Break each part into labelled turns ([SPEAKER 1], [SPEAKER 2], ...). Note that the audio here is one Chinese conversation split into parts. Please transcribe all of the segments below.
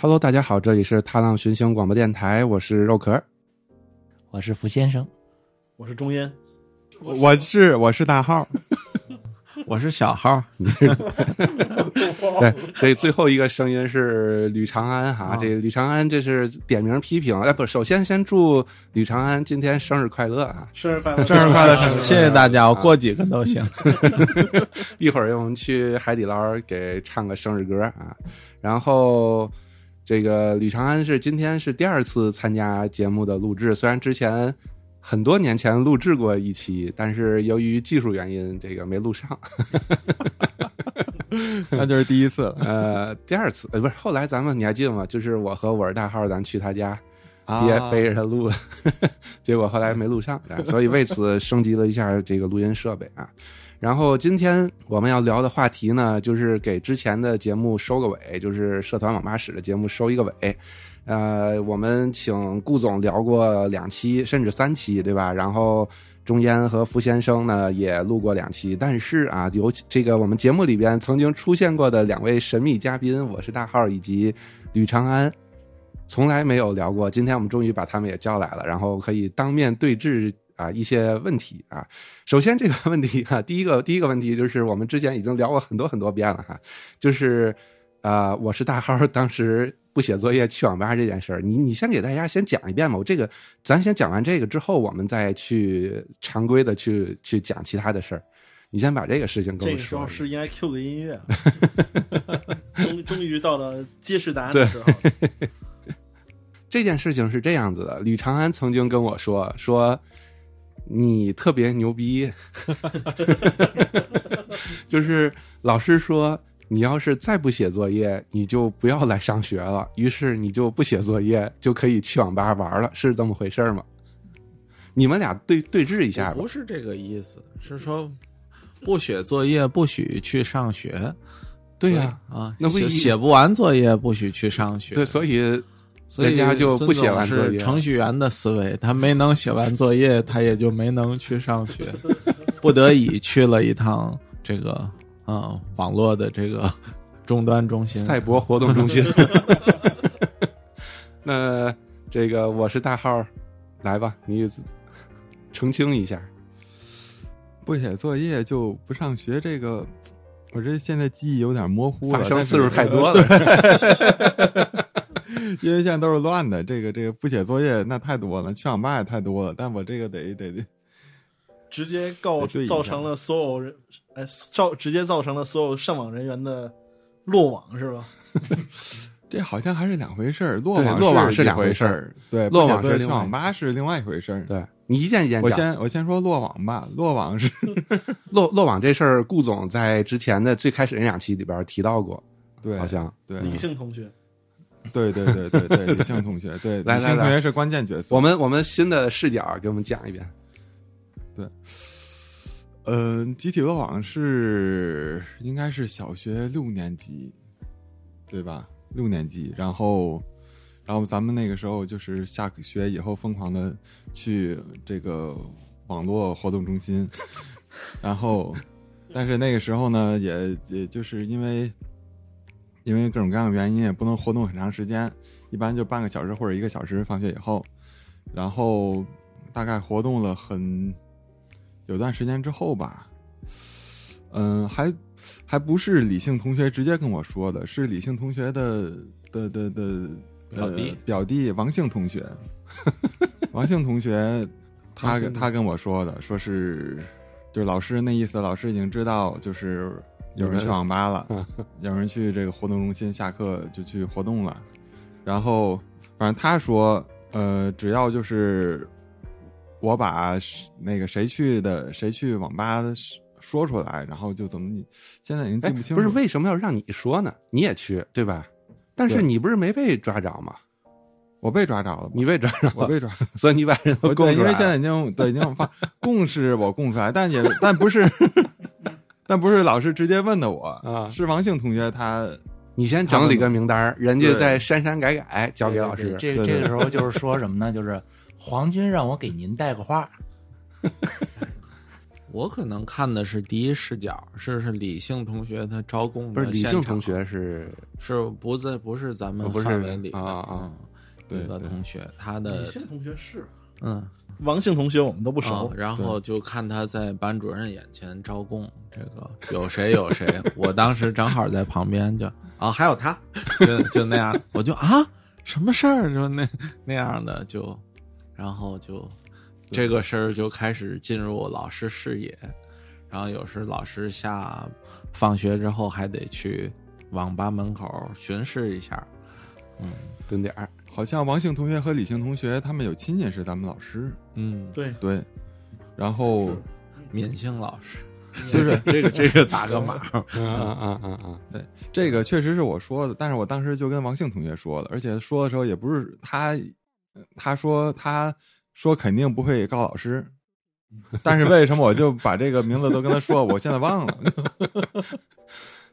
[SPEAKER 1] Hello，大家好，这里是踏浪寻星广播电台，我是肉壳儿。
[SPEAKER 2] 我是福先生，
[SPEAKER 3] 我是钟烟，
[SPEAKER 4] 我是我是大号，
[SPEAKER 1] 我是小 号，你是对，所以最后一个声音是吕长安
[SPEAKER 4] 啊
[SPEAKER 1] 哈，这吕长安这是点名批评，哎，不，首先先祝吕长安今天生日快乐啊！
[SPEAKER 3] 生 日快乐，
[SPEAKER 4] 生日快乐生日快乐
[SPEAKER 5] 谢谢大家，我过几个 都行。
[SPEAKER 1] 一会儿我们去海底捞给唱个生日歌啊，然后。这个吕长安是今天是第二次参加节目的录制，虽然之前很多年前录制过一期，但是由于技术原因，这个没录上。
[SPEAKER 4] 那就是第一次 了
[SPEAKER 1] 呃，第二次呃不是，后来咱们你还记得吗？就是我和我是大号，咱去他家，
[SPEAKER 4] 啊
[SPEAKER 1] 爹背着他录， 结果后来没录上，啊所以为此升级了一下这个录音设备啊。然后今天我们要聊的话题呢，就是给之前的节目收个尾，就是社团网吧史的节目收一个尾。呃，我们请顾总聊过两期，甚至三期，对吧？然后钟烟和福先生呢也录过两期，但是啊，有这个我们节目里边曾经出现过的两位神秘嘉宾，我是大号以及吕长安，从来没有聊过。今天我们终于把他们也叫来了，然后可以当面对质啊一些问题啊。首先这个问题哈、啊，第一个第一个问题就是我们之前已经聊过很多很多遍了哈，就是啊、呃我是大号当时不写作业去网吧这件事儿，你你先给大家先讲一遍吧。我这个咱先讲完这个之后，我们再去常规的去去讲其他的事儿。你先把这个事情跟
[SPEAKER 3] 这
[SPEAKER 1] 我
[SPEAKER 3] 个时
[SPEAKER 1] 说
[SPEAKER 3] 候
[SPEAKER 1] 一下。
[SPEAKER 3] 是应该 Q 个音 乐，终终于到了揭示答案的时候。
[SPEAKER 1] 这件事情是这样子的，吕长安曾经跟我说说。你特别牛逼， 就是老师说你要是再不写作业，你就不要来上学了。于是你就不写作业，就可以去网吧玩了，是这么回事儿吗？你们俩对对峙一下吧
[SPEAKER 5] 不。是这个意思，是说不写作业不许去上学。
[SPEAKER 1] 对呀、
[SPEAKER 5] 所以啊，
[SPEAKER 1] 那不
[SPEAKER 5] 写
[SPEAKER 1] 一
[SPEAKER 5] 写不完作业不许去上学。
[SPEAKER 1] 对，所以
[SPEAKER 5] 所
[SPEAKER 1] 人
[SPEAKER 5] 以
[SPEAKER 1] 家就不写完作业
[SPEAKER 5] 孙总是程序员的思维，他没能写完作业，他也就没能去 上学，不得已去了一趟这个啊、网络的这个 终端中心。
[SPEAKER 1] 赛博活动 中心。那这个我是大号，来吧，你澄清一下。
[SPEAKER 4] 不写作业就不上学，这个我这现在记忆有点模糊了，
[SPEAKER 1] 发生
[SPEAKER 4] 但是呃
[SPEAKER 1] 次数太多了，
[SPEAKER 4] 因为现在都是乱的。这个这个不写作业那太多了，去网吧也太多了，但我这个得得得，
[SPEAKER 3] 直接告
[SPEAKER 4] 对一下
[SPEAKER 3] 造成了所有人，哎，造直接造成了所有上网人员的落网是吧？
[SPEAKER 4] 这好像还是两回事儿。落
[SPEAKER 1] 对
[SPEAKER 4] 网
[SPEAKER 1] 落网是
[SPEAKER 4] 是
[SPEAKER 1] 两回
[SPEAKER 4] 回
[SPEAKER 1] 事儿
[SPEAKER 4] 儿，对，
[SPEAKER 1] 落
[SPEAKER 4] 不写
[SPEAKER 1] 网
[SPEAKER 4] 作业
[SPEAKER 1] 是
[SPEAKER 4] 去
[SPEAKER 1] 另外
[SPEAKER 4] 网吧是另外一回事儿。
[SPEAKER 1] 对你一件一件
[SPEAKER 4] 我
[SPEAKER 1] 讲。
[SPEAKER 4] 先我先说落网吧，落网是
[SPEAKER 1] 漏漏网这事儿，顾总在之前的最开始那两期里边提到过，
[SPEAKER 4] 对，
[SPEAKER 1] 好像
[SPEAKER 4] 对
[SPEAKER 3] 理性同学，
[SPEAKER 4] 对对对对对，李性同学，对
[SPEAKER 1] 来
[SPEAKER 4] 李
[SPEAKER 1] 来
[SPEAKER 4] 性
[SPEAKER 1] 来
[SPEAKER 4] 同学是关键角色。
[SPEAKER 1] 我们我们新的视角给我们讲一遍。
[SPEAKER 4] 呃，集体落网是应该是小学六年级，对吧？六年级，然后，然后咱们那个时候就是下学以后疯狂的去这个网络活动中心， 然后，但是那个时候呢，也也就是因为因为各种各样的原因，也不能活动很长时间，一般就半个小时或者一个小时，放学以后，然后大概活动了很有段时间之后吧，嗯，还还不是李性同学直接跟我说的，是李性同学的的的的
[SPEAKER 5] 表弟
[SPEAKER 4] 呃表弟王姓同学， 王姓同学他
[SPEAKER 1] 王姓同学
[SPEAKER 4] 他跟我说的，说是就是老师那意思，老师已经知道就是有人去网吧了， 有人去这个活动中心下课就去活动了，然后反正他说，呃，只要就是我把是那个谁去的谁去网吧说出来，然后就怎么现在已经记
[SPEAKER 1] 哎，
[SPEAKER 4] 不清
[SPEAKER 1] 不
[SPEAKER 4] 楚
[SPEAKER 1] 是
[SPEAKER 4] 了，
[SPEAKER 1] 为什么要让你说呢？你也去对吧？但是
[SPEAKER 4] 对
[SPEAKER 1] 你不是没被抓着吗？
[SPEAKER 4] 我被抓着了吧，
[SPEAKER 1] 你被抓着
[SPEAKER 4] 我
[SPEAKER 1] 了，
[SPEAKER 4] 被抓
[SPEAKER 1] 所以你把人都
[SPEAKER 4] 我
[SPEAKER 1] 供
[SPEAKER 4] 对，
[SPEAKER 1] 出
[SPEAKER 4] 因为现
[SPEAKER 1] 来
[SPEAKER 4] 在
[SPEAKER 1] 了。
[SPEAKER 4] 已经对已 经发供是我供出来，但也 但不是，但不是老师直接问的我
[SPEAKER 1] 啊
[SPEAKER 4] 是王姓同学他
[SPEAKER 1] 你先整理个名单儿，人家
[SPEAKER 4] 对
[SPEAKER 1] 再删删改改交给老师。
[SPEAKER 2] 这个
[SPEAKER 4] 对对
[SPEAKER 2] 这个时候 就是说什么呢？就是皇军让我给您带个话，
[SPEAKER 5] 我可能看的是第一视角，是是李姓同学他招供的
[SPEAKER 1] 不是理
[SPEAKER 5] 现
[SPEAKER 1] 性
[SPEAKER 5] 场
[SPEAKER 1] 同学是
[SPEAKER 5] 是不在不是咱们
[SPEAKER 1] 哦不是
[SPEAKER 5] 范围里的嗯
[SPEAKER 1] 啊啊
[SPEAKER 4] 对
[SPEAKER 5] 一个
[SPEAKER 4] 对
[SPEAKER 5] 同学，他
[SPEAKER 3] 李
[SPEAKER 5] 的
[SPEAKER 3] 姓同学是
[SPEAKER 5] 嗯
[SPEAKER 3] 王姓同学，我们都不熟。
[SPEAKER 5] 啊然后就看他在班主任眼前招供，这个有谁有谁，我当时正好在旁边就啊，还有他，就就那样，我就啊什么事儿，就那那样的就，然后就这个事儿就开始进入老师视野，然后有时老师下放学之后还得去网吧门口巡视一下，
[SPEAKER 1] 蹲点儿，
[SPEAKER 4] 好像王姓同学和李姓同学他们有亲戚是咱们老师，
[SPEAKER 5] 嗯，
[SPEAKER 3] 对，
[SPEAKER 4] 对，然后
[SPEAKER 5] 闵姓老师，
[SPEAKER 4] 就是
[SPEAKER 5] 这个这个打个码，
[SPEAKER 1] 嗯嗯嗯 嗯
[SPEAKER 4] 这个确实是我说的，但是我当时就跟王姓同学说了，而且说的时候也不是他，呃他说他说肯定不会告老师，但是为什么我就把这个名字都跟他说，我现在忘了。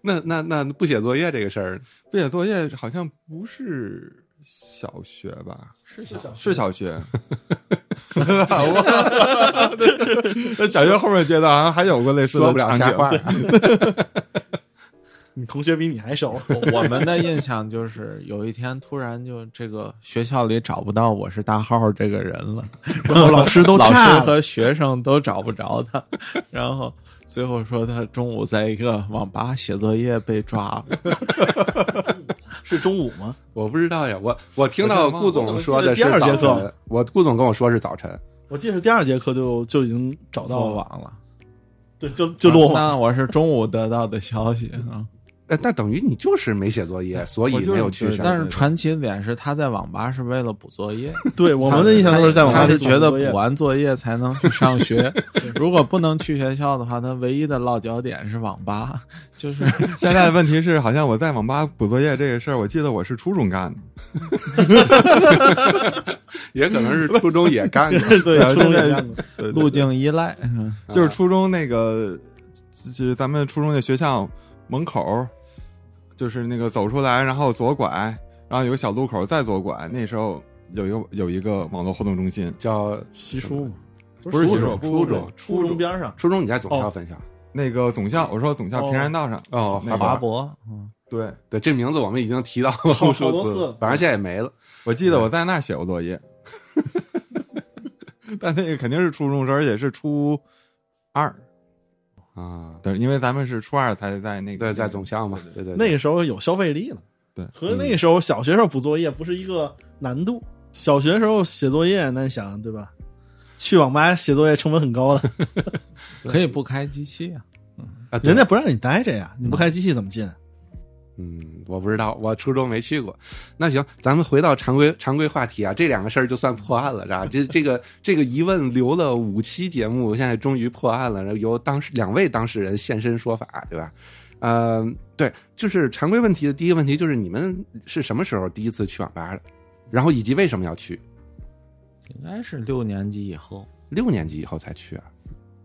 [SPEAKER 1] 那那那不写作业这个事儿，
[SPEAKER 4] 不写作业好像不是小学吧？
[SPEAKER 3] 是小
[SPEAKER 4] 是 小学。我那 小学后面觉得好像还有过类似的
[SPEAKER 1] 说不了
[SPEAKER 4] 场
[SPEAKER 1] 瞎
[SPEAKER 4] 景
[SPEAKER 1] 话。
[SPEAKER 3] 你同学比你还熟，
[SPEAKER 5] 我们的印象就是有一天突然就这个学校里找不到我是大号这个人 了，然后老师都老
[SPEAKER 3] 炸
[SPEAKER 5] 师
[SPEAKER 3] 了
[SPEAKER 5] 和学生都找不着他， 然后最后说他中午在一个网吧写作业被抓了。
[SPEAKER 3] 是中午吗？
[SPEAKER 1] 我不知道呀，我我听
[SPEAKER 4] 我
[SPEAKER 1] 到
[SPEAKER 4] 真忘了
[SPEAKER 1] 顾总说的是
[SPEAKER 3] 我怎么记得
[SPEAKER 1] 早
[SPEAKER 3] 第二节
[SPEAKER 1] 晨，我顾总跟我说是早晨，
[SPEAKER 3] 我记得是第二节课就就已经找
[SPEAKER 5] 落
[SPEAKER 3] 到了，
[SPEAKER 5] 网了，
[SPEAKER 3] 对，就就落网。嗯
[SPEAKER 5] 那我是中午得到的消 息啊，
[SPEAKER 1] 呃那那等于你就是没写作业，所以
[SPEAKER 4] 我就是
[SPEAKER 1] 没有去
[SPEAKER 4] 对
[SPEAKER 1] 上。
[SPEAKER 5] 但是传奇的点是他在网吧是为了补作业，
[SPEAKER 3] 对， 我们的印象都是在网吧
[SPEAKER 5] 他是
[SPEAKER 3] 里做
[SPEAKER 5] 觉得
[SPEAKER 3] 作业
[SPEAKER 5] 补完作业才能去上 学， 如果不能去学校的话，他唯一的落脚点是网吧， 就是
[SPEAKER 4] 现在的问题是，好像我在网吧补作业这个事儿，我记得我是初中干的，
[SPEAKER 1] 也可能是初中也干过，
[SPEAKER 3] 对
[SPEAKER 4] 对
[SPEAKER 3] 初中
[SPEAKER 4] 现
[SPEAKER 3] 也
[SPEAKER 4] 在
[SPEAKER 3] 干过。
[SPEAKER 4] 对对
[SPEAKER 5] 路径依赖。嗯
[SPEAKER 1] 啊
[SPEAKER 4] 就是初中那个，就是咱们初中的学校门口，就是那个走出来，然后左拐，然后有个小路口，再左拐。那时候有一个有一个网络活动中心，
[SPEAKER 1] 叫
[SPEAKER 3] 习书嘛，
[SPEAKER 4] 不是
[SPEAKER 1] 初
[SPEAKER 4] 学
[SPEAKER 1] 中
[SPEAKER 4] 生，
[SPEAKER 1] 初中
[SPEAKER 3] 初中边上
[SPEAKER 1] 初中你在总校分校
[SPEAKER 4] 那个总校，我说总校
[SPEAKER 3] 哦
[SPEAKER 4] 平山道上
[SPEAKER 1] 哦
[SPEAKER 4] 那
[SPEAKER 5] 华
[SPEAKER 4] 个
[SPEAKER 5] 博，嗯，
[SPEAKER 4] 对，
[SPEAKER 1] 对这名字我们已经提到过
[SPEAKER 3] 好
[SPEAKER 1] 无
[SPEAKER 3] 好
[SPEAKER 1] 数
[SPEAKER 3] 多
[SPEAKER 1] 次
[SPEAKER 3] 次
[SPEAKER 1] 了，反正现在也没了。
[SPEAKER 4] 我记得我在那儿写过作业， 但那个肯定是初中时候，而且是初二，
[SPEAKER 1] 啊，
[SPEAKER 4] 对，因为咱们是初二才在那个
[SPEAKER 1] 对，在总校嘛，对对，
[SPEAKER 3] 那
[SPEAKER 1] 个
[SPEAKER 3] 个时候有消费力了，
[SPEAKER 4] 对
[SPEAKER 3] 和那个时候小学时候补作业不是一个难度。小学时候写作业，那你想对吧？去网吧写作业成本很高的，
[SPEAKER 5] 可以不开机器啊。
[SPEAKER 1] 啊，对
[SPEAKER 3] 人家不让你待着呀，你不开机器怎么进？
[SPEAKER 1] 嗯，我不知道，我初中没去过。那行，咱们回到常规常规话题啊，这两个事儿就算破案了，是吧？这这个这个疑问留了五期节目，现在终于破案了，然后由当事两位当事人现身说法，对吧？呃，对，就是常规问题的第一个问题就是你们是什么时候第一次去网吧的？然后以及为什么要去？
[SPEAKER 5] 应该是六年级以 后，
[SPEAKER 1] 六年级以后才去啊？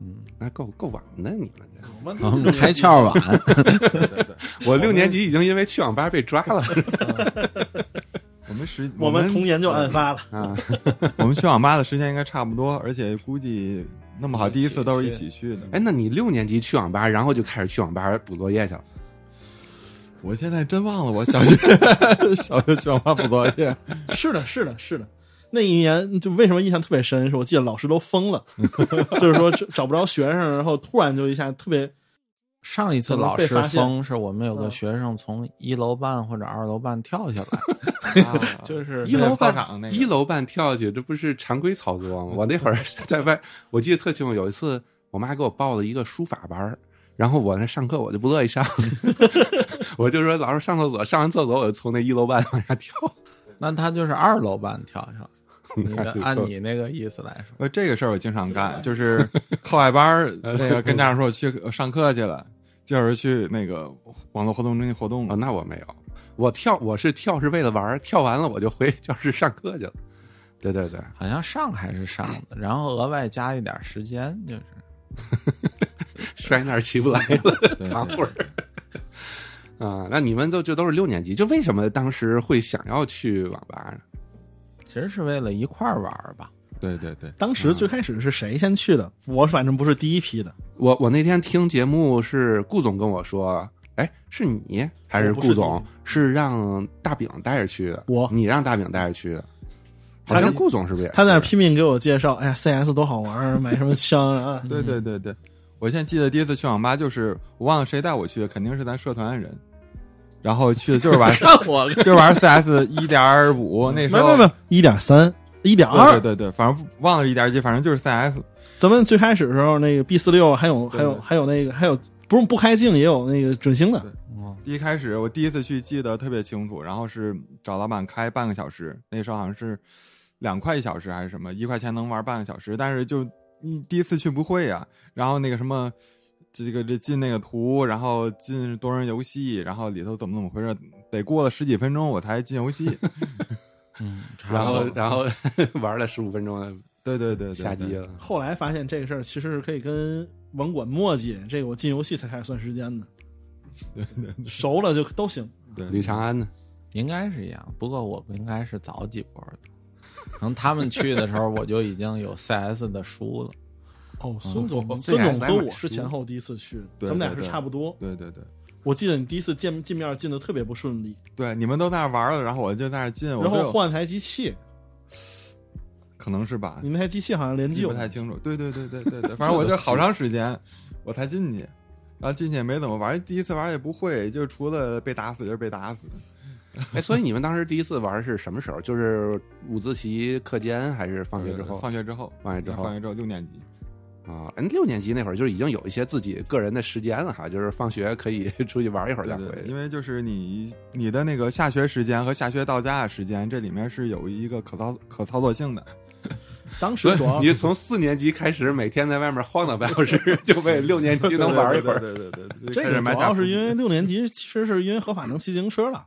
[SPEAKER 5] 嗯，
[SPEAKER 1] 那够够晚的，你们这。
[SPEAKER 5] 我 们嗯开窍晚，
[SPEAKER 1] 我六年级已经因为去网吧被抓了
[SPEAKER 4] 我们时
[SPEAKER 3] 我们童 年就案发了，
[SPEAKER 1] 啊！
[SPEAKER 4] 我们去网吧的时间应该差不多，而且估计弄不好第一次都是一起去的。
[SPEAKER 1] 哎，那你六年级去网吧，然后就开始去网吧补作业去了？
[SPEAKER 4] 我现在真忘了我小学 小学去网吧补作业，
[SPEAKER 3] 是的，是的，是的。那一年就为什么印象特别深？是我记得老师都疯了， 就是说找找不着学生，然后突然就一下特别
[SPEAKER 5] 上一次老师封是我们有个学生从一楼半或者二楼半跳下来，就是
[SPEAKER 1] 一楼
[SPEAKER 4] 操
[SPEAKER 1] 半
[SPEAKER 4] 啊场那个
[SPEAKER 1] 一楼半跳下去，这不是常规操作吗？我那会儿在外，我记得特清楚，有一次我妈给我报了一个书法班儿然后我那上课我就不乐意上， 我就说老师上厕所，上完厕所我就从那一楼半往下跳。
[SPEAKER 5] 那他就是二楼半跳下来。 你的
[SPEAKER 1] 那
[SPEAKER 5] 按
[SPEAKER 1] 就
[SPEAKER 5] 你那个意思来说，
[SPEAKER 4] 呃，这个事儿我经常干，就是课外班儿，那个跟家长说我去上课去了，就是去那个网络活动中心活动
[SPEAKER 1] 哦，
[SPEAKER 4] 了。
[SPEAKER 1] 那我没有，我跳我是跳是为了玩儿，跳完了我就回教室上课去了。对对对，
[SPEAKER 5] 好像上还是上 的，然后额外加一点时间，就是
[SPEAKER 1] 摔那儿起不来了，
[SPEAKER 4] 对
[SPEAKER 1] 躺会儿。 啊，那你们都这都是六年级，就为什么当时会想要去网吧呢？
[SPEAKER 5] 其实是为了一块儿玩儿吧。
[SPEAKER 4] 对对对，？
[SPEAKER 3] 当时最开始是谁先去的？我反正不是第一批的，
[SPEAKER 1] 我我那天听节目是顾总跟我说，哎，是你还是
[SPEAKER 3] 我不是
[SPEAKER 1] 顾总？是让大饼带着去的，
[SPEAKER 3] 我
[SPEAKER 1] 你让大饼带着去的，
[SPEAKER 3] 他
[SPEAKER 1] 好像
[SPEAKER 3] 跟
[SPEAKER 1] 顾总是不是也是
[SPEAKER 3] 他在那儿拼命给我介绍，哎呀，CS 多好玩儿， 买什么枪啊
[SPEAKER 4] 对对对对，我现在记得第一次去网吧，就是我忘了谁带我去，肯定是咱社团人，然后去的就 是玩，
[SPEAKER 3] 看我，
[SPEAKER 4] 就是玩 CS 一点五，那时
[SPEAKER 3] 没
[SPEAKER 4] 候
[SPEAKER 3] 有没有，一点三，一点
[SPEAKER 4] 对对
[SPEAKER 3] 二。
[SPEAKER 4] 对对，反正忘了一点几，反正就是 CS，
[SPEAKER 3] 咱们最开始的时候，那个 B 四六还有
[SPEAKER 4] 对
[SPEAKER 3] 还有还有那个还有不用不开镜也有那个准星的
[SPEAKER 4] 对，一开始我第一次去记得特别清楚，然后是找老板开半个小时，那时候好像是两块一小时还是什么，一块钱能玩半个小时，但是就你第一次去不会呀、然后那个什么。这个这进那个图，然后进多人游戏，然后里头怎么怎么回事，得过了十几分钟我才进游戏。
[SPEAKER 2] 嗯，
[SPEAKER 1] 然后然后玩了十五分钟
[SPEAKER 4] 对对对对，
[SPEAKER 1] 下机
[SPEAKER 4] 对。
[SPEAKER 1] 了。
[SPEAKER 3] 后来发现这个事儿其实是可以跟网管磨叽，这个我进游戏才开始算时间的。对对，熟了就都行。
[SPEAKER 1] 吕长安呢？
[SPEAKER 5] 应该是一样，不过我应该是早几波的。可能他们去的时候，我就已经有 CS 的书了。
[SPEAKER 3] 哦，孙总，
[SPEAKER 1] 嗯
[SPEAKER 3] 孙总
[SPEAKER 1] CSI
[SPEAKER 3] 和
[SPEAKER 1] 买
[SPEAKER 3] 我
[SPEAKER 1] 书
[SPEAKER 3] 是前后第一次去的，
[SPEAKER 4] 对
[SPEAKER 3] 咱们俩
[SPEAKER 4] 对
[SPEAKER 3] 是
[SPEAKER 4] 对
[SPEAKER 3] 差不多。
[SPEAKER 4] 对对对
[SPEAKER 3] 我记得你第一次见见面进的特别不顺利，
[SPEAKER 4] 对，你们都在那玩了，然后我就在那进，我
[SPEAKER 3] 然后
[SPEAKER 4] 就
[SPEAKER 3] 换台机器，
[SPEAKER 4] 可能是吧
[SPEAKER 3] 你，那台机器好像联机
[SPEAKER 4] 哎记
[SPEAKER 3] 有
[SPEAKER 4] 不
[SPEAKER 3] 问题
[SPEAKER 4] 太清楚。对对对对 对对，反正我这好长时间我才进去，然后进去也没怎么玩，第一次玩也不会，就除了被打死就是被打死。
[SPEAKER 1] 哎，所以你们当时第一次玩是什么时候？就是午自习、课间，还是放学之
[SPEAKER 4] 对对
[SPEAKER 1] 后？
[SPEAKER 4] 对放学之后，
[SPEAKER 1] 放学之后
[SPEAKER 4] 放学之后六年级，
[SPEAKER 1] 啊，嗯六年级那会儿就已经有一些自己个人的时间了哈，就是放学可以 出去玩一会儿
[SPEAKER 4] 对
[SPEAKER 1] 再
[SPEAKER 4] 对
[SPEAKER 1] 回。
[SPEAKER 4] 对，因为就是你你的那个下学时间和下学到家的时间，这里面是有一个可操可操作性的。
[SPEAKER 3] 当
[SPEAKER 1] 所
[SPEAKER 3] 时主要
[SPEAKER 1] 以你从四年级开始，每天在外面晃荡半小时， 就为六年级能玩一会儿。
[SPEAKER 4] 对对对对，对
[SPEAKER 3] 这
[SPEAKER 4] 开始
[SPEAKER 3] 个主
[SPEAKER 4] 埋下
[SPEAKER 3] 要
[SPEAKER 4] 伏
[SPEAKER 3] 是
[SPEAKER 4] 笔
[SPEAKER 3] 因为六年级其实是因为合法能骑自行车了，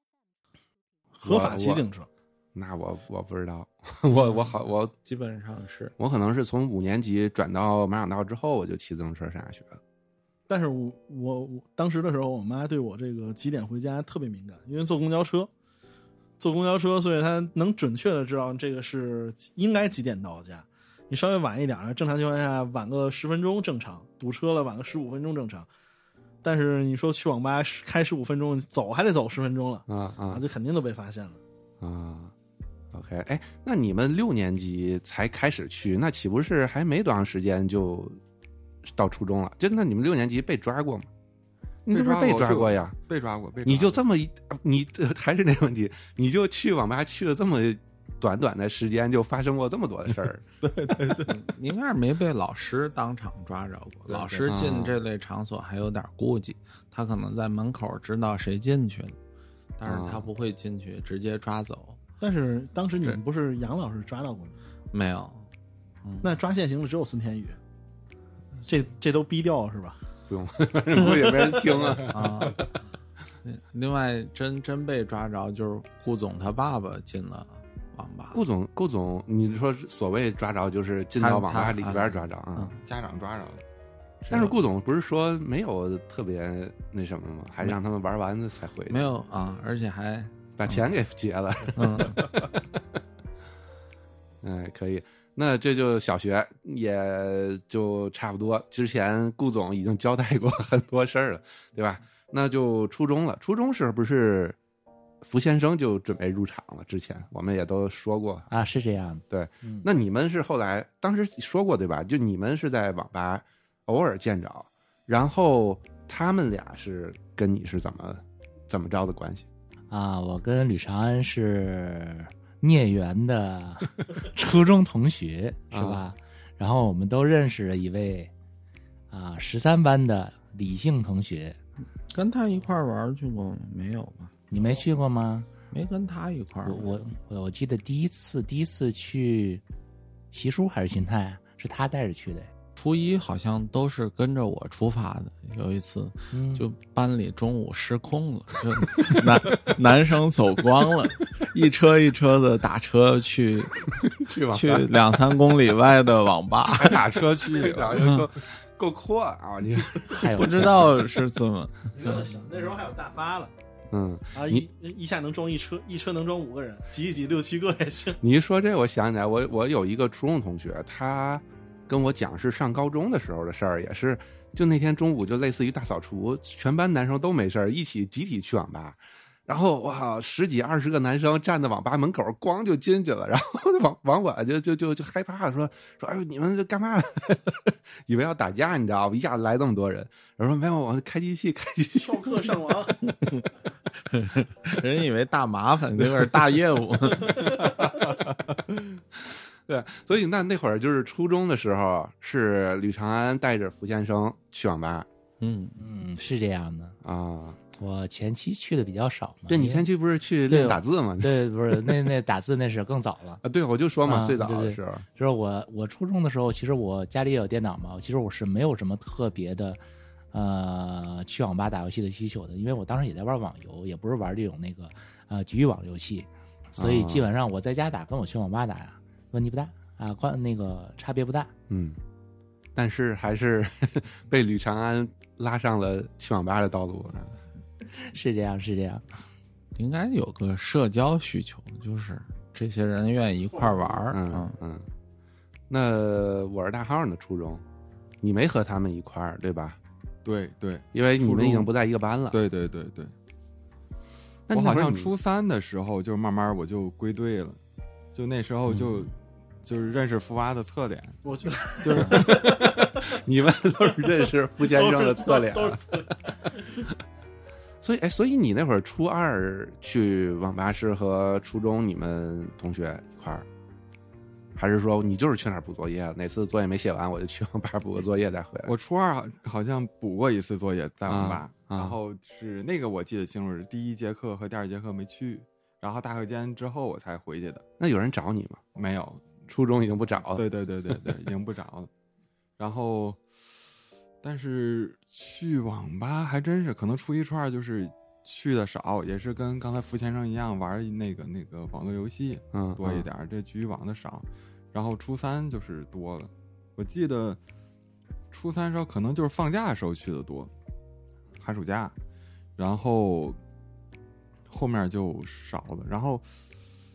[SPEAKER 3] 合法骑自行车，
[SPEAKER 1] 那我我不知道， 我我好我
[SPEAKER 5] 基本上是
[SPEAKER 1] 我可能是从五年级转到马场道之后，我就骑自行车上下学了。
[SPEAKER 3] 但是我我我当时的时候，我妈对我这个几点回家特别敏感，因为坐公交车，坐公交车，所以她能准确的知道这个是几应该几点到家。你稍微晚一点儿，正常情况下晚个十分钟正常，堵车了晚个十五分钟正常。但是你说去网吧十开十五分钟，走还得走十分钟了
[SPEAKER 1] 啊
[SPEAKER 3] 啊，
[SPEAKER 1] 啊
[SPEAKER 3] 这肯定都被发现了。
[SPEAKER 1] 啊！OK，哎，那你们六年级才开始去，那岂不是还没多长时间就到初中了？就那你们六年级被抓过吗？你这不是被
[SPEAKER 4] 被抓过
[SPEAKER 1] 抓过呀？
[SPEAKER 4] 被抓过，被抓
[SPEAKER 1] 你就
[SPEAKER 4] 过
[SPEAKER 1] 这么一，你这还是那个问题，你就去网吧去了这么短短的时间，就发生过这么多的事儿
[SPEAKER 5] 应该是没被老师当场抓着过。
[SPEAKER 4] 对
[SPEAKER 5] 老师进这类场所还有点顾忌，他可能在门口知道谁进去了，但是他
[SPEAKER 1] 啊
[SPEAKER 5] 不会进去直接抓走。
[SPEAKER 3] 但是当时你
[SPEAKER 5] 是
[SPEAKER 3] 们不是杨老师抓到过吗？
[SPEAKER 5] 没 有，
[SPEAKER 3] 那抓现行的只有孙天宇，这这都逼掉是吧？
[SPEAKER 1] 不用，反正估计也没人听啊。
[SPEAKER 5] 啊。另外，真真被抓着就是顾总他爸爸进了网吧，
[SPEAKER 1] 顾总，顾总，你说所谓抓着，就是进到网吧里边抓着啊
[SPEAKER 5] 嗯。
[SPEAKER 4] 家长抓着了。
[SPEAKER 1] 但是顾总不是说没有特别那什么吗？还让他们玩完了才回去，
[SPEAKER 5] 没有啊，而且还
[SPEAKER 1] 把钱给结了。
[SPEAKER 5] 嗯，
[SPEAKER 1] 哎，可以。那这就小学也就差不多。之前顾总已经交代过很多事儿了，对吧？那就初中了。初中是不是福先生就准备入场了？之前我们也都说过。
[SPEAKER 2] 啊，是这样的，
[SPEAKER 1] 那你们是后来当时说过对吧？就你们是在网吧偶尔见着，然后他们俩是跟你是怎么怎么着的关 系？
[SPEAKER 2] 啊，我跟吕长安是孽缘 的初中同学，是吧？然后我们都认识了一位啊十三班的李姓同学，
[SPEAKER 5] 跟他一块儿玩去过吗？没有吧？
[SPEAKER 2] 你没去过吗？
[SPEAKER 5] 没跟他一块儿
[SPEAKER 2] 我
[SPEAKER 5] 玩。
[SPEAKER 2] 我我我记得第一次第一次去习书还是邢泰啊，是他带着去的，
[SPEAKER 5] 初一好像都是跟着我出发的，有一次
[SPEAKER 2] 嗯，
[SPEAKER 5] 就班里中午失控了， 就男男生走光了，一车一车的打车去
[SPEAKER 1] 去网吧哎
[SPEAKER 5] 去两三公里外的 网吧，
[SPEAKER 1] 还打车去，然后就够够阔啊！你
[SPEAKER 2] 还有
[SPEAKER 5] 不知道是怎么，
[SPEAKER 3] 那时候还有大发了。
[SPEAKER 1] 嗯，
[SPEAKER 3] 啊，一一下能装一车，一车能装五个人，挤一挤六七个也行。
[SPEAKER 1] 你一说这，我想起来，我我有一个初中同学，他跟我讲是上高中的时候的事儿，也是就那天中午就类似于大扫除，全班男生都没事儿，一起集体去网吧。然后哇，十几二十个男生站在网吧门口，咣就进去了。然后那网网管就就就就害怕了，说说哎呦你们这干嘛呢？ 以为要打架，你知道吗？一下子来这么多人，然后说没有，我开机器开机器。
[SPEAKER 3] 翘课上网，
[SPEAKER 5] 人以为大麻烦，结果是大业务。
[SPEAKER 1] 对，所以那那会儿就是初中的时候，是吕长安带着福先生去网吧
[SPEAKER 4] 嗯，
[SPEAKER 2] 嗯，是这样的。
[SPEAKER 1] 啊。
[SPEAKER 2] 我前期去的比较少嘛，
[SPEAKER 1] 对，你
[SPEAKER 2] 因为
[SPEAKER 1] 先去不是去练
[SPEAKER 2] 啊对
[SPEAKER 1] 打字吗？
[SPEAKER 2] 对，不是那那打字那是更早了。
[SPEAKER 1] 啊，对，我就说嘛，
[SPEAKER 2] 啊
[SPEAKER 1] 最早
[SPEAKER 2] 对
[SPEAKER 1] 的
[SPEAKER 2] 对
[SPEAKER 1] 时候，
[SPEAKER 2] 就是我我初中的时候，其实我家里也有电脑嘛，其实我是没有什么特别的，呃，去网吧打游戏的需求的，因为我当时也在玩网游，也不是玩这种那个呃局域网游戏，所以
[SPEAKER 1] 啊
[SPEAKER 2] 基本上我在家打跟我去网吧打呀问题不大啊，关那个差别不大。
[SPEAKER 1] 嗯，但是还是 被吕长安拉上了去网吧的道路。
[SPEAKER 2] 是这样，是这样。
[SPEAKER 5] 应该有个社交需求，就是这些人愿意一块儿玩儿。
[SPEAKER 1] 嗯嗯，那我是大号呢，初中，你没和他们一块儿对吧？
[SPEAKER 4] 对对
[SPEAKER 1] 因为你
[SPEAKER 4] 初
[SPEAKER 1] 们已经
[SPEAKER 4] 中
[SPEAKER 1] 不在一个班了。，
[SPEAKER 4] 对对对对，
[SPEAKER 1] 那
[SPEAKER 4] 我
[SPEAKER 1] 那
[SPEAKER 4] 好
[SPEAKER 1] 会儿
[SPEAKER 4] 像
[SPEAKER 1] 你
[SPEAKER 4] 初三的时候就慢慢我就归队了，就那时候就、就是认识福娃的侧脸，
[SPEAKER 3] 我就
[SPEAKER 4] 就是
[SPEAKER 1] 你们都是认识傅先生的侧脸
[SPEAKER 3] 都
[SPEAKER 1] 啊
[SPEAKER 3] 是。都是侧脸
[SPEAKER 1] 所以，哎，所以你那会儿初二去网吧是和初中你们同学一块儿，还是说你就是去那儿补作业？哪次作业没写完，我就去网吧补个作业再回来？
[SPEAKER 4] 我初二好好像补过一次作业在网吧，
[SPEAKER 1] 啊啊
[SPEAKER 4] 然后是那个我记得清楚，是第一节课和第二节课没去，然后大课间之后我才回去的，
[SPEAKER 1] 那有人找你吗？
[SPEAKER 4] 没有，
[SPEAKER 1] 初中已经不找了。
[SPEAKER 4] 对对对对对，赢不着了。然后，但是去网吧还真是，可能初一初二就是去的少，也是跟刚才福先生一样玩那个那个网络游戏
[SPEAKER 1] 嗯，
[SPEAKER 4] 多一点儿，这局域网的少。然后初三就是多了，我记得初三时候可能就是放假的时候去的多，寒暑假，然后后面就少了。然后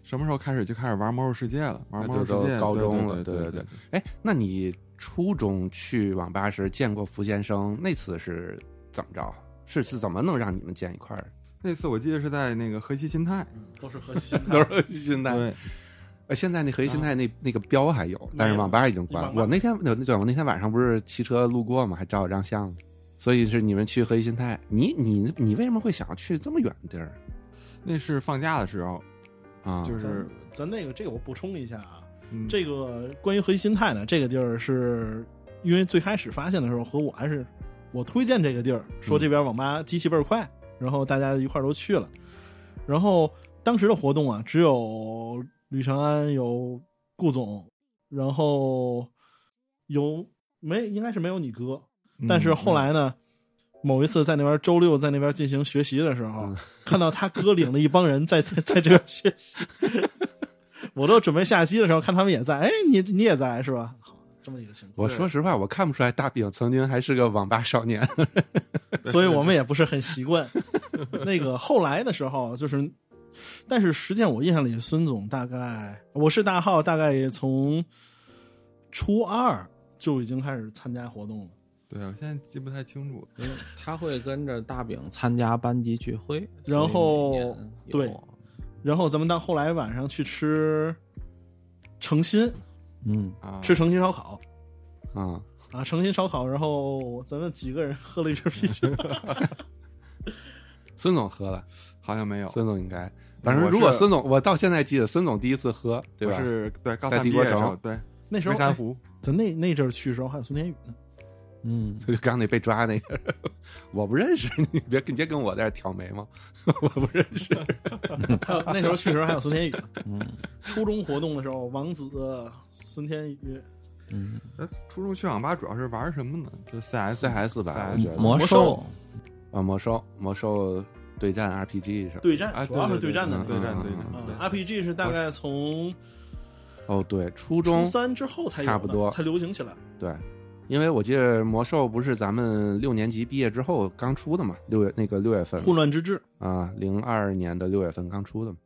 [SPEAKER 4] 什么时候开始就开始玩《魔兽世界》了？玩
[SPEAKER 1] 啊
[SPEAKER 4] 《魔兽
[SPEAKER 1] 就都
[SPEAKER 4] 世界》
[SPEAKER 1] 高
[SPEAKER 4] 对
[SPEAKER 1] 中
[SPEAKER 4] 对
[SPEAKER 1] 了
[SPEAKER 4] 对
[SPEAKER 1] 对对
[SPEAKER 4] 对
[SPEAKER 1] 对嗯。哎，那你初中去网吧时见过傅先生，那次是怎么着？是是怎么能让你们见一块 儿？
[SPEAKER 4] 那次我记得是在那个河西新泰，
[SPEAKER 3] 都是核心
[SPEAKER 1] 都是现在，
[SPEAKER 4] 对，
[SPEAKER 1] 呃，现在那核心
[SPEAKER 4] 啊
[SPEAKER 1] 现在那、那个标还有，但是网吧已经关了。
[SPEAKER 3] 没有
[SPEAKER 1] 我那天那对，我那天晚上不是骑车路过嘛，还照了张相嘛。所以是你们去核心心态，你你你为什么会想要去这么远的地儿
[SPEAKER 4] 那是放假的时候，
[SPEAKER 1] 啊？
[SPEAKER 4] 就
[SPEAKER 3] 咱
[SPEAKER 4] 是
[SPEAKER 3] 咱那个这个我补充一下啊，
[SPEAKER 4] 嗯
[SPEAKER 3] 这个关于核心态呢，这个地儿是因为最开始发现的时候和我还是我推荐这个地儿，说这边网吧机器倍儿快，然后大家一块儿都去了，然后当时的活动啊，只有吕长安有顾总，然后有没应该是没有你哥，
[SPEAKER 4] 嗯
[SPEAKER 1] 嗯
[SPEAKER 3] 但是后来呢，某一次在那边周六在那边进行学习的时候，
[SPEAKER 1] 嗯
[SPEAKER 3] 看到他哥领了一帮人在 在在这边学习， 我都准备下机的时候看他们也在，哎，你你也在是吧？好，这么一个情
[SPEAKER 1] 我说实话，我看不出来大饼曾经还是个网吧少年。
[SPEAKER 3] 况，所以我们也不是很习惯。 那个后来的时候，就是，但是实际上我印象里，孙总大概我是大号，大概也从初二就已经开始参加活动了。
[SPEAKER 4] 对我现在记不太清楚，
[SPEAKER 5] 因为嗯他会跟着大饼参加班级聚会，
[SPEAKER 3] 然后
[SPEAKER 5] 所以每年有
[SPEAKER 3] 对，然后咱们到后来晚上去吃诚心，
[SPEAKER 5] 嗯，
[SPEAKER 4] 啊，
[SPEAKER 3] 吃诚心烧烤
[SPEAKER 1] 啊，
[SPEAKER 3] 啊，诚心烧烤，然后咱们几个人喝了一瓶啤 酒，
[SPEAKER 1] 孙总喝了，
[SPEAKER 4] 好像没有，
[SPEAKER 1] 孙总应该，反正
[SPEAKER 4] 我
[SPEAKER 1] 如果
[SPEAKER 4] 是
[SPEAKER 1] 孙总，我到现在记得孙总第一次喝，对
[SPEAKER 4] 我
[SPEAKER 1] 吧？
[SPEAKER 4] 是对高
[SPEAKER 1] 在
[SPEAKER 4] 三
[SPEAKER 1] 帝
[SPEAKER 4] 毕
[SPEAKER 1] 国
[SPEAKER 4] 业的时候，
[SPEAKER 1] 城
[SPEAKER 4] 对
[SPEAKER 3] 那时候
[SPEAKER 4] 梅山湖，
[SPEAKER 3] 哎咱那那阵儿去的时候还有孙天宇 呢，
[SPEAKER 5] 嗯，
[SPEAKER 1] 就刚那被抓那个， 我不认识你，别你别跟我在这挑眉毛，我不认识。
[SPEAKER 3] 还有那时候去的时候还有孙天宇呢。
[SPEAKER 5] 嗯
[SPEAKER 3] 初中活动的时候，王子、孙天宇，
[SPEAKER 5] 嗯，
[SPEAKER 4] 呃初中去网吧主要是玩什么呢？就 CS
[SPEAKER 1] CS 吧，我觉得
[SPEAKER 5] 魔兽
[SPEAKER 1] 啊，魔兽魔兽对战 RPG 是吧？
[SPEAKER 3] 对战
[SPEAKER 4] 哎，
[SPEAKER 3] 啊主要是
[SPEAKER 4] 对
[SPEAKER 3] 战的
[SPEAKER 4] 对
[SPEAKER 3] 那
[SPEAKER 4] 对
[SPEAKER 3] 个
[SPEAKER 4] 战
[SPEAKER 1] 嗯
[SPEAKER 4] 对
[SPEAKER 1] 嗯
[SPEAKER 4] 战对
[SPEAKER 3] 啊，RPG 是大概从
[SPEAKER 1] 哦，对，初中
[SPEAKER 3] 初三之后才有的
[SPEAKER 1] 差不多
[SPEAKER 3] 才流行起来。
[SPEAKER 1] 对，因为我记得魔兽不是咱们六年级毕业之后刚出的嘛，六月那个六月份
[SPEAKER 3] 混乱之治，
[SPEAKER 1] 啊，零二年的六月份刚出的嘛。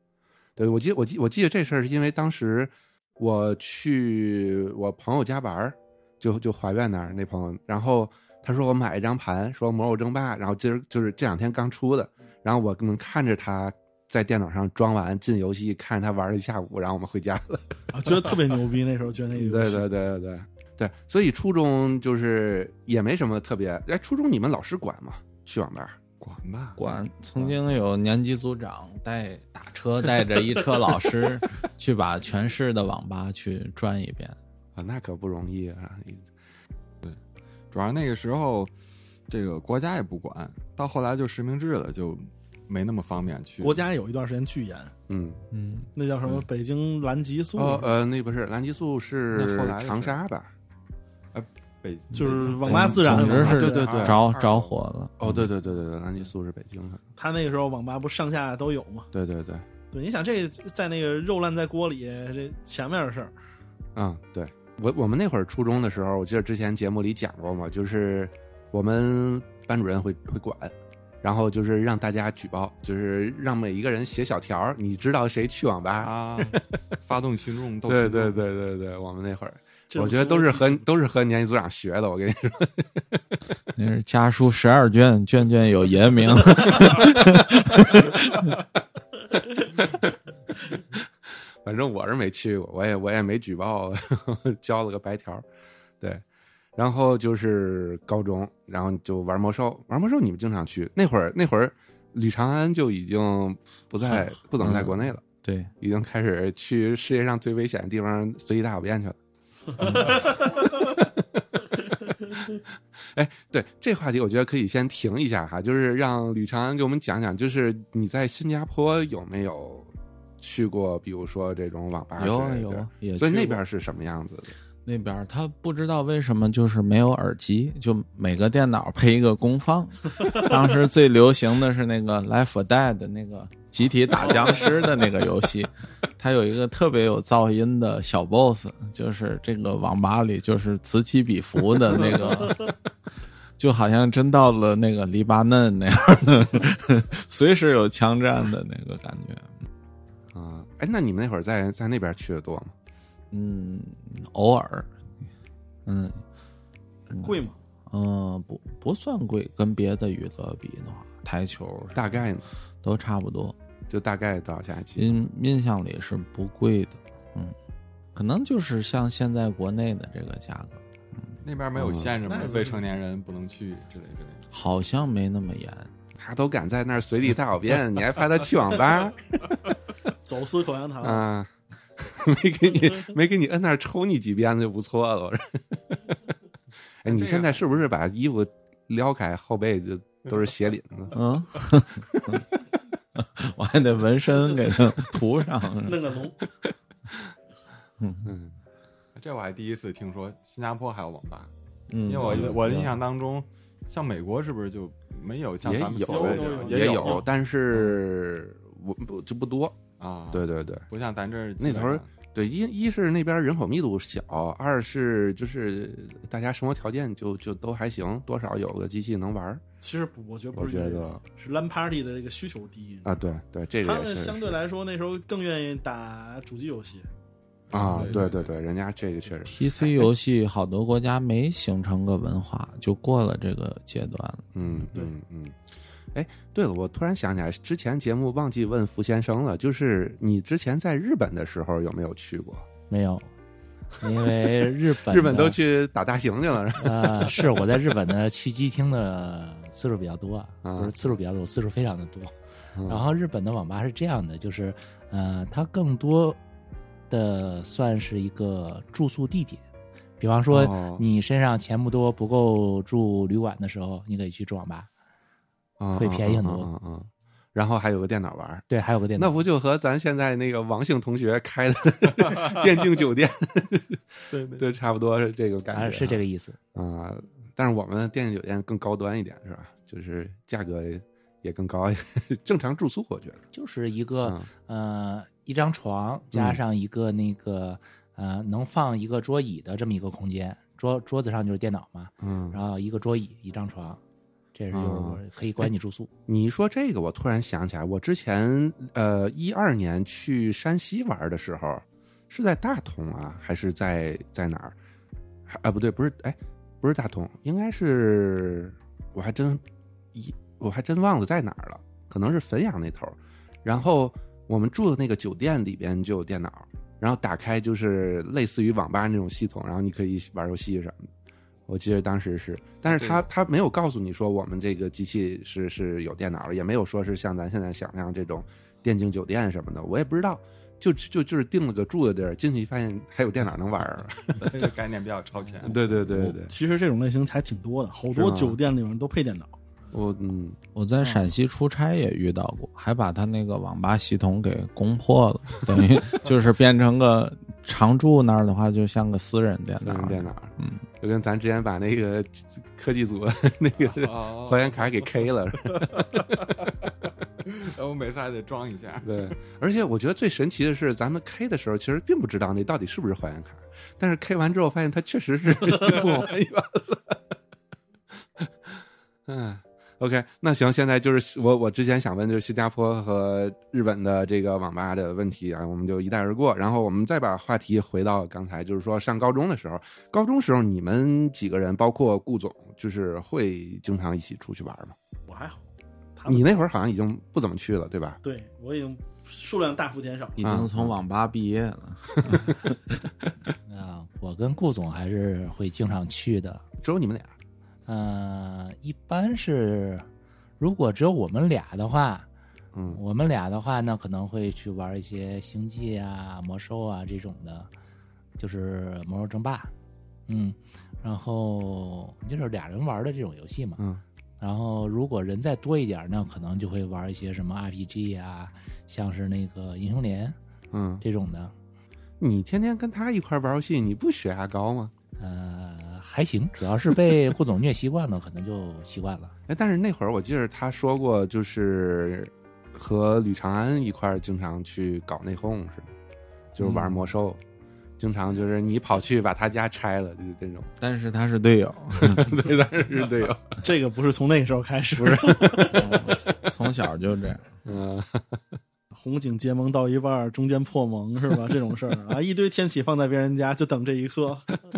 [SPEAKER 1] 对，我记得我记我记得这事儿是因为当时我去我朋友家玩儿，就就华苑那儿那朋友，然后他说我买一张盘，说《魔兽争霸》，然后今儿就是这两天刚出的，然后我们看着他在电脑上装完进游戏，看着他玩了一下午，然后我们回家了。
[SPEAKER 3] 啊，觉得特别牛逼。那时候觉得那个游
[SPEAKER 1] 嗯对
[SPEAKER 3] 戏
[SPEAKER 1] 对对对对对，所以初中就是也没什么特别。哎，初中你们老师管吗？去网吧？
[SPEAKER 4] 管吧，
[SPEAKER 1] 嗯
[SPEAKER 5] 管曾经有年级组长带打车带着一车老 师去把全市的网吧去转一遍，
[SPEAKER 1] 啊，那可不容易啊！
[SPEAKER 4] 主要那个时候这个国家也不管，到后来就实名制了，就没那么方便去。
[SPEAKER 3] 国家有一段时间巨严，
[SPEAKER 1] 嗯，
[SPEAKER 5] 嗯，
[SPEAKER 3] 那叫什么北京蓝极速，
[SPEAKER 1] 哦呃，那不是蓝激素是
[SPEAKER 4] 那后来的事
[SPEAKER 1] 长沙吧？
[SPEAKER 4] 北
[SPEAKER 3] 就是网吧自燃
[SPEAKER 5] 总
[SPEAKER 3] 了，
[SPEAKER 5] 之是
[SPEAKER 1] 对对
[SPEAKER 4] 啊
[SPEAKER 1] 对
[SPEAKER 5] 着着火了。
[SPEAKER 1] 哦，对对对对对，蓝激素是北京的，
[SPEAKER 3] 他那个时候网吧不上下都有嘛？
[SPEAKER 1] 对对对，
[SPEAKER 3] 对，你想这在那个肉烂在锅里，这前面的事儿，
[SPEAKER 1] 嗯，对我我们那会儿初中的时候，我记得之前节目里讲过嘛，就是我们班主任会会管，然后就是让大家举报，就是让每一个人写小条儿，你知道谁去网吧？
[SPEAKER 4] 啊，发动群众斗
[SPEAKER 1] 对
[SPEAKER 4] 群
[SPEAKER 1] 对
[SPEAKER 4] 众
[SPEAKER 1] 对对对，我们那会儿。
[SPEAKER 3] 这种
[SPEAKER 1] 我觉得都是和
[SPEAKER 3] 行为
[SPEAKER 1] 都是和年级组长学的，我跟你说，
[SPEAKER 5] 那是家书十二卷，卷卷有爷名。
[SPEAKER 1] 反正我是没去过，我也我也没举报， 交了个白条儿，对。然后就是高中，然后就玩魔兽，玩魔兽你们经常去。那会儿那会儿，吕长安就已经不在不怎么
[SPEAKER 3] 嗯
[SPEAKER 1] 在国内了，
[SPEAKER 5] 对，
[SPEAKER 1] 已经开始去世界上最危险的地方随地大小便去了。 哎，对这话题，我觉得可以先停一下哈，就是让吕长安给我们讲讲，就是你在新加坡有没有去过，比如说这种网吧之类
[SPEAKER 5] 有
[SPEAKER 1] 的地儿？
[SPEAKER 5] 啊有啊，也
[SPEAKER 1] 所以
[SPEAKER 5] 去
[SPEAKER 1] 那
[SPEAKER 5] 过
[SPEAKER 1] 边是什么样子的？
[SPEAKER 5] 那边儿他不知道为什么就是没有耳机，就每个电脑配一个功放。当时最流行的是那个《Left for Dead》那个集体打僵尸的那个游戏，它有一个特别有噪音的小 BOSS，就是这个网吧里就是此起彼伏的那 个。就好像真到了那个黎巴嫩那样的， 随时有枪战的那个感觉。
[SPEAKER 1] 啊、哎，那你们那会儿在在那边去的多吗？
[SPEAKER 5] 嗯，偶尔，嗯，
[SPEAKER 3] 贵嘛？
[SPEAKER 5] 嗯，不不算贵，跟别的娱乐比的话，台球啥
[SPEAKER 1] 大概呢，
[SPEAKER 5] 都差不多。
[SPEAKER 1] 就大概多少钱一期？
[SPEAKER 5] 印印象里是不贵的，嗯，可能就是像现在国内的这个价格，
[SPEAKER 4] 那边没有限制吗
[SPEAKER 3] 那？就
[SPEAKER 4] 未成年人不能去之类之类的。
[SPEAKER 5] 好像没那么严。
[SPEAKER 1] 他都敢在那儿随地大小便，你还怕他去网吧？
[SPEAKER 3] 走私口香糖，
[SPEAKER 1] 啊，没给你
[SPEAKER 3] 嗯
[SPEAKER 1] 没给你摁那儿抽你几鞭子就不错了。我说， 哎，你现在是不是把衣服撩开，后背 就都是鞋领子？
[SPEAKER 5] 嗯， 我还得纹身给它涂上。
[SPEAKER 3] 弄个龙，
[SPEAKER 1] 嗯，
[SPEAKER 4] 这我还第一次听说新加坡还有网吧，
[SPEAKER 5] 嗯，
[SPEAKER 4] 因为我我的印象当中，像美国是不是就没有像
[SPEAKER 1] 也
[SPEAKER 4] 咱们
[SPEAKER 1] 有
[SPEAKER 4] 所谓这
[SPEAKER 3] 有
[SPEAKER 4] 种
[SPEAKER 1] 也
[SPEAKER 4] 有
[SPEAKER 1] 有，但是我不就不多。
[SPEAKER 4] 啊？
[SPEAKER 1] 对，对对
[SPEAKER 4] 不像咱这儿
[SPEAKER 1] 那头儿对，一一是那边人口密度小，二是就是大家生活条件就就都还行，多少有个机器能玩儿
[SPEAKER 3] 其实不，我觉得不
[SPEAKER 1] 我
[SPEAKER 3] 是
[SPEAKER 1] 觉
[SPEAKER 3] 因为，
[SPEAKER 1] 得
[SPEAKER 3] 是 LAN party 的这个需求低。
[SPEAKER 1] 啊。对对，这
[SPEAKER 3] 他
[SPEAKER 1] 个也
[SPEAKER 3] 们
[SPEAKER 1] 是
[SPEAKER 3] 相对来说那时候更愿意打主机游戏，
[SPEAKER 1] 啊，
[SPEAKER 4] 对
[SPEAKER 1] 对
[SPEAKER 4] 对
[SPEAKER 1] 对对，人家这个确实，
[SPEAKER 5] PC 游戏好多国家没形成个文化，就过了这个阶段了。
[SPEAKER 1] 嗯，
[SPEAKER 3] 对
[SPEAKER 1] 嗯嗯。哎，对了，我突然想起来，之前节目忘记问福先生了，就是你之前在日本的时候有没有去过？
[SPEAKER 2] 没有，因为日本
[SPEAKER 1] 日本
[SPEAKER 2] 的
[SPEAKER 1] 都去打大型去了，是吧
[SPEAKER 2] 呃，是我在日本呢去机厅的次数比较多，啊，不是次数比较多，我次数非常的多。
[SPEAKER 1] 嗯
[SPEAKER 2] 然后日本的网吧是这样的，就是呃，它更多的算是一个住宿地点。比方
[SPEAKER 1] 哦
[SPEAKER 2] 说，你身上钱不多，不够住旅馆的时候，你可以去住网吧。
[SPEAKER 1] 啊
[SPEAKER 2] 会便宜很
[SPEAKER 1] 啊啊
[SPEAKER 2] 多
[SPEAKER 1] 啊啊啊然后还有个电脑玩儿，
[SPEAKER 2] 对，还有个电
[SPEAKER 1] 那
[SPEAKER 2] 脑。
[SPEAKER 1] 不就和咱现在那个王姓同学开 的电竞酒店，
[SPEAKER 3] 对
[SPEAKER 1] 对，差不多是这个感觉
[SPEAKER 2] 啊，
[SPEAKER 1] 啊，
[SPEAKER 2] 是这个意思。
[SPEAKER 1] 啊。但是我们电竞酒店更高端一点，是吧？就是价格也更高一点，正常住宿我觉得。
[SPEAKER 2] 就是一个
[SPEAKER 1] 嗯、
[SPEAKER 2] 呃一张床加上一个那个呃能放一个桌椅的这么一个空间，桌桌子上就是电脑嘛，
[SPEAKER 1] 嗯，
[SPEAKER 2] 然后一个桌椅，一张床，这是就是
[SPEAKER 1] 哦
[SPEAKER 2] 我可以管你住宿。
[SPEAKER 1] 你一说这个，我突然想起来，我之前呃一二年去山西玩的时候，是在大同啊，还是在在哪儿？还啊，不对，不是，哎，不是大同，应该是，我还真一我还真忘了在哪儿了，可能是汾阳那头儿。然后我们住的那个酒店里边就有电脑，然后打开就是类似于网吧那种系统，然后你可以玩游戏什么的。我记得当时是，但是他他没有告诉你说我们这个机器是是有电脑的，也没有说是像咱现在想象这种电竞酒店什么的，我也不知道，就就就是定了个住的地儿，进去发现还有电脑能玩儿。
[SPEAKER 4] 这个概念比较超前。
[SPEAKER 1] 对对对对，
[SPEAKER 3] 其实这种类型还挺多的，好
[SPEAKER 1] 是
[SPEAKER 3] 多
[SPEAKER 1] 吗
[SPEAKER 3] 酒店里面都配电脑。
[SPEAKER 1] 我嗯，
[SPEAKER 5] 我在陕西出差也遇到过，还把他那个网吧系统给攻破了，等 于就是变成个常住那儿的话，就像个私人电
[SPEAKER 1] 私
[SPEAKER 5] 脑
[SPEAKER 1] 人。电脑，
[SPEAKER 5] 嗯，
[SPEAKER 1] 就跟咱之前把那个科技组 那个
[SPEAKER 4] 哦
[SPEAKER 1] 会员卡给 K 了，是吧
[SPEAKER 4] 然后我每次还得装一下。
[SPEAKER 1] 对，而且我觉得最神奇的是，咱们 K 的时候其实并不知道那到底是不是会员卡，但是 K 完之后发现它确实是 真不还原了。嗯，OK，那行，现在就是我我之前想问就是新加坡和日本的这个网吧的问题啊，我们就一带而过，然后我们再把话题回到刚才，就是说上高中的时候，高中时候你们几个人，包括顾总，就是会经常一起出去玩吗？
[SPEAKER 3] 我还好，他们
[SPEAKER 1] 你那会儿好像已经不怎么去了，对吧？
[SPEAKER 3] 对我已经数量大幅减少。
[SPEAKER 5] 已经从网吧毕业了，
[SPEAKER 2] 啊，我跟顾总还是会经常去的。
[SPEAKER 1] 只有你们俩。
[SPEAKER 2] 呃，一般是如果只有我们俩的话，
[SPEAKER 1] 嗯，
[SPEAKER 2] 我们俩的话呢，可能会去玩一些星际啊、魔兽啊这种的，就是魔兽争霸，嗯，然后就是俩人玩的这种游戏嘛。
[SPEAKER 1] 嗯
[SPEAKER 2] 然后如果人再多一点呢，可能就会玩一些什么 RPG 啊，像是那个英雄联
[SPEAKER 1] 嗯，
[SPEAKER 2] 这种的，
[SPEAKER 1] 你天天跟他一块儿玩游戏，你不血压高吗？
[SPEAKER 2] 呃，还行，主要是被顾总虐习惯了，可能就习惯了。
[SPEAKER 1] 哎，但是那会儿我记得他说过，就是和吕长安一块儿经常去搞内讧似的，就是玩魔兽，经常就是你跑去把他家拆了，就是这种。
[SPEAKER 5] 但是他是队 友，
[SPEAKER 1] 对，但是是队友。
[SPEAKER 3] 这个不是从那个时候开始，
[SPEAKER 5] 从小就 这样。
[SPEAKER 1] 嗯，
[SPEAKER 3] 红警结盟到一半儿，中间破盟是吧？这种 事儿啊，一堆天启放在别人家，就等这一刻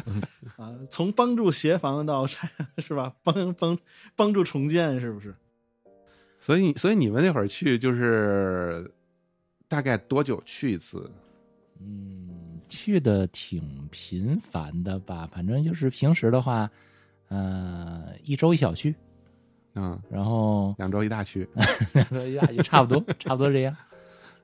[SPEAKER 3] 啊。从帮助协防到拆是吧？帮帮帮助重建是不是？
[SPEAKER 1] 所以所以你们那会儿去就是大概多久去一次？
[SPEAKER 2] 嗯，去的挺频繁的吧，反正就是平时的话，呃，一周一小区，
[SPEAKER 1] 嗯，
[SPEAKER 2] 然后
[SPEAKER 1] 两周一大区。
[SPEAKER 2] 两
[SPEAKER 5] 哎
[SPEAKER 2] 周一大区，差不多，差不多这样。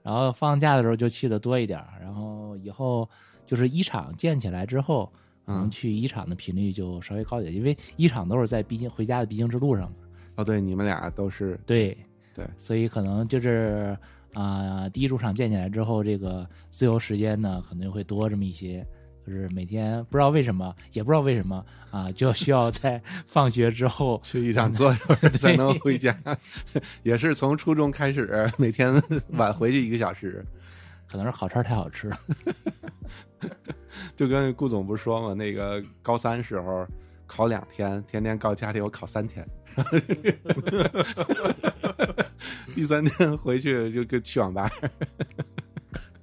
[SPEAKER 2] 然后放假的时候就去的多一点儿，然后以后就是一场建起来之后，可能
[SPEAKER 1] 嗯
[SPEAKER 2] 去一场的频率就稍微高一点，因为一场都是在必经回家的必经之路上嘛。
[SPEAKER 1] 哦，对，你们俩都是
[SPEAKER 2] 对
[SPEAKER 1] 对
[SPEAKER 2] 所以可能就是啊、第一主场建起来之后，这个自由时间呢，可能会多这么一些。就是每天不知道为什么，也不知道为什么啊、就需要在放学之后，
[SPEAKER 1] 去一场坐一会儿才能回家，也是从初中开始，每天晚回去一个小时。
[SPEAKER 2] 可能是烤串太 好吃了。
[SPEAKER 1] 就跟顾总不是说嘛，那个高三时候考两天，天天告家里我考三天， 第三天回去就跟去网吧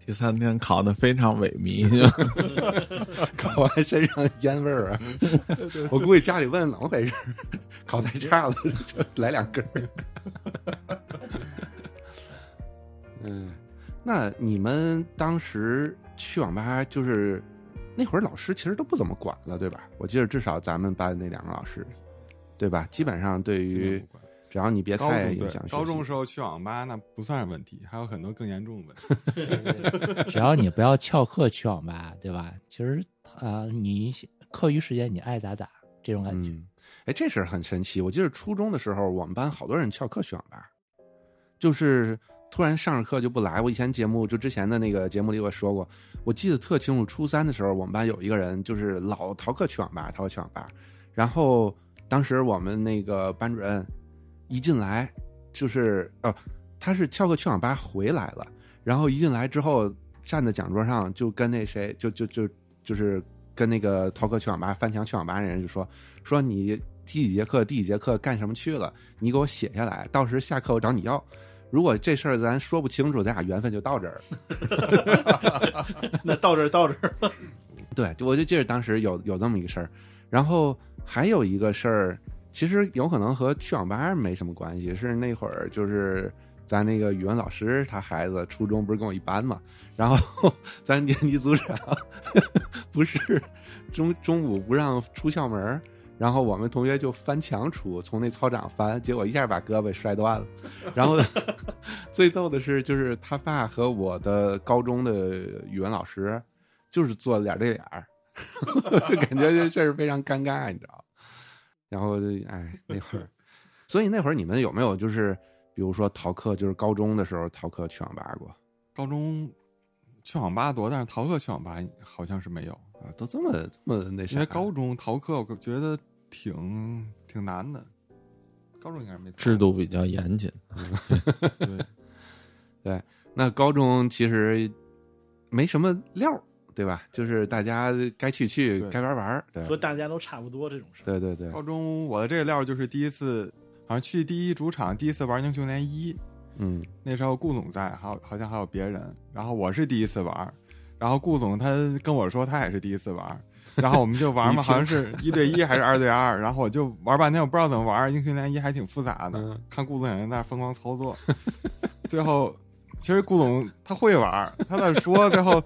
[SPEAKER 5] 第三天考的非常萎 靡，就
[SPEAKER 1] 考完身上烟味儿啊，我估计家里问怎么回事儿， 考太差了，就 来两根儿。 嗯，那你们当时去网吧就是那会儿老师其实都不怎么管了，对吧？我记得至少咱们班那两个老师，对吧？基本上对于只要你别
[SPEAKER 4] 高
[SPEAKER 1] 太
[SPEAKER 4] 中
[SPEAKER 1] 影
[SPEAKER 4] 对
[SPEAKER 1] 响学习，
[SPEAKER 4] 高中时候去网吧那不算是问题，还有很多更严重的问题。
[SPEAKER 2] 只要你不要翘课去网吧，对吧？其实啊、你课余时间你爱咋咋这种感觉。
[SPEAKER 1] 嗯，哎，这事儿很神奇。我记得初中的时候，我们班好多人翘课去网吧，就是突然上着课就不来。我以前节目就之前的那个节目里我说过，我记得特清楚。初三的时候，我们班有一个人就是老逃课去网吧，逃课去网吧。然后当时我们那个班主任一进来就是哦、他是翘课去网吧回来了，然后一进来之后站在讲桌上就跟那谁就就就就是跟那个逃课去网吧、翻墙去网吧的人就说说你第几节课、第几节课干什么去了，你给我写下来，到时下课我找你要。如果这事儿咱说不清楚，咱俩缘分就到这儿。
[SPEAKER 3] 那到这儿到这儿，
[SPEAKER 1] 对，我就记得当时有有这么一个事儿，然后还有一个事儿，其实有可能和去网吧没什么关系，是那会儿就是咱那个语文老师他孩子初中不是跟我一班嘛，然后 咱年级组长 不是中中午不让出校门儿，然后我们同学就翻墙出，从那操场翻，结果一下把胳膊摔断了，然后 最逗的是就是他爸和我的高中的语文老师。就是做脸对脸儿，就感觉这事儿 非常尴尬，你知道？然后就哎那会儿， 所以那会儿你们有没有就是比如说逃课，就是高中的时候逃课去网吧过
[SPEAKER 4] 高中去网吧多，但是逃课去网吧好像是没有，
[SPEAKER 1] 啊？都这么这么那
[SPEAKER 4] 因
[SPEAKER 1] 啥
[SPEAKER 4] 为高中逃课我觉得挺挺难的，高中应该是没逃
[SPEAKER 5] 制度比较严谨，
[SPEAKER 4] 对，
[SPEAKER 1] 那高中其实没什么料儿，对吧？就是大家该去去，
[SPEAKER 4] 对哦
[SPEAKER 1] 该玩玩儿，对
[SPEAKER 3] 和大家都差不多这种事儿。
[SPEAKER 1] 对对对，
[SPEAKER 4] 高中我的这个料就是第一次，好像去第一主场第一次玩英雄联一，
[SPEAKER 1] 嗯
[SPEAKER 4] 那时候顾总在，还有好像还有别人，然后我是第一次玩，然后顾总他跟我说他也是第一次玩，然后我们就玩
[SPEAKER 1] 你
[SPEAKER 4] 嘛，
[SPEAKER 1] 听
[SPEAKER 4] 好 像是一对一还是二对二，然后我就玩半天，我不知道怎么玩，英雄联一还挺复杂的，
[SPEAKER 1] 嗯
[SPEAKER 4] 看顾总也在那儿疯狂操作，最后其实顾总他会玩，他在说，最后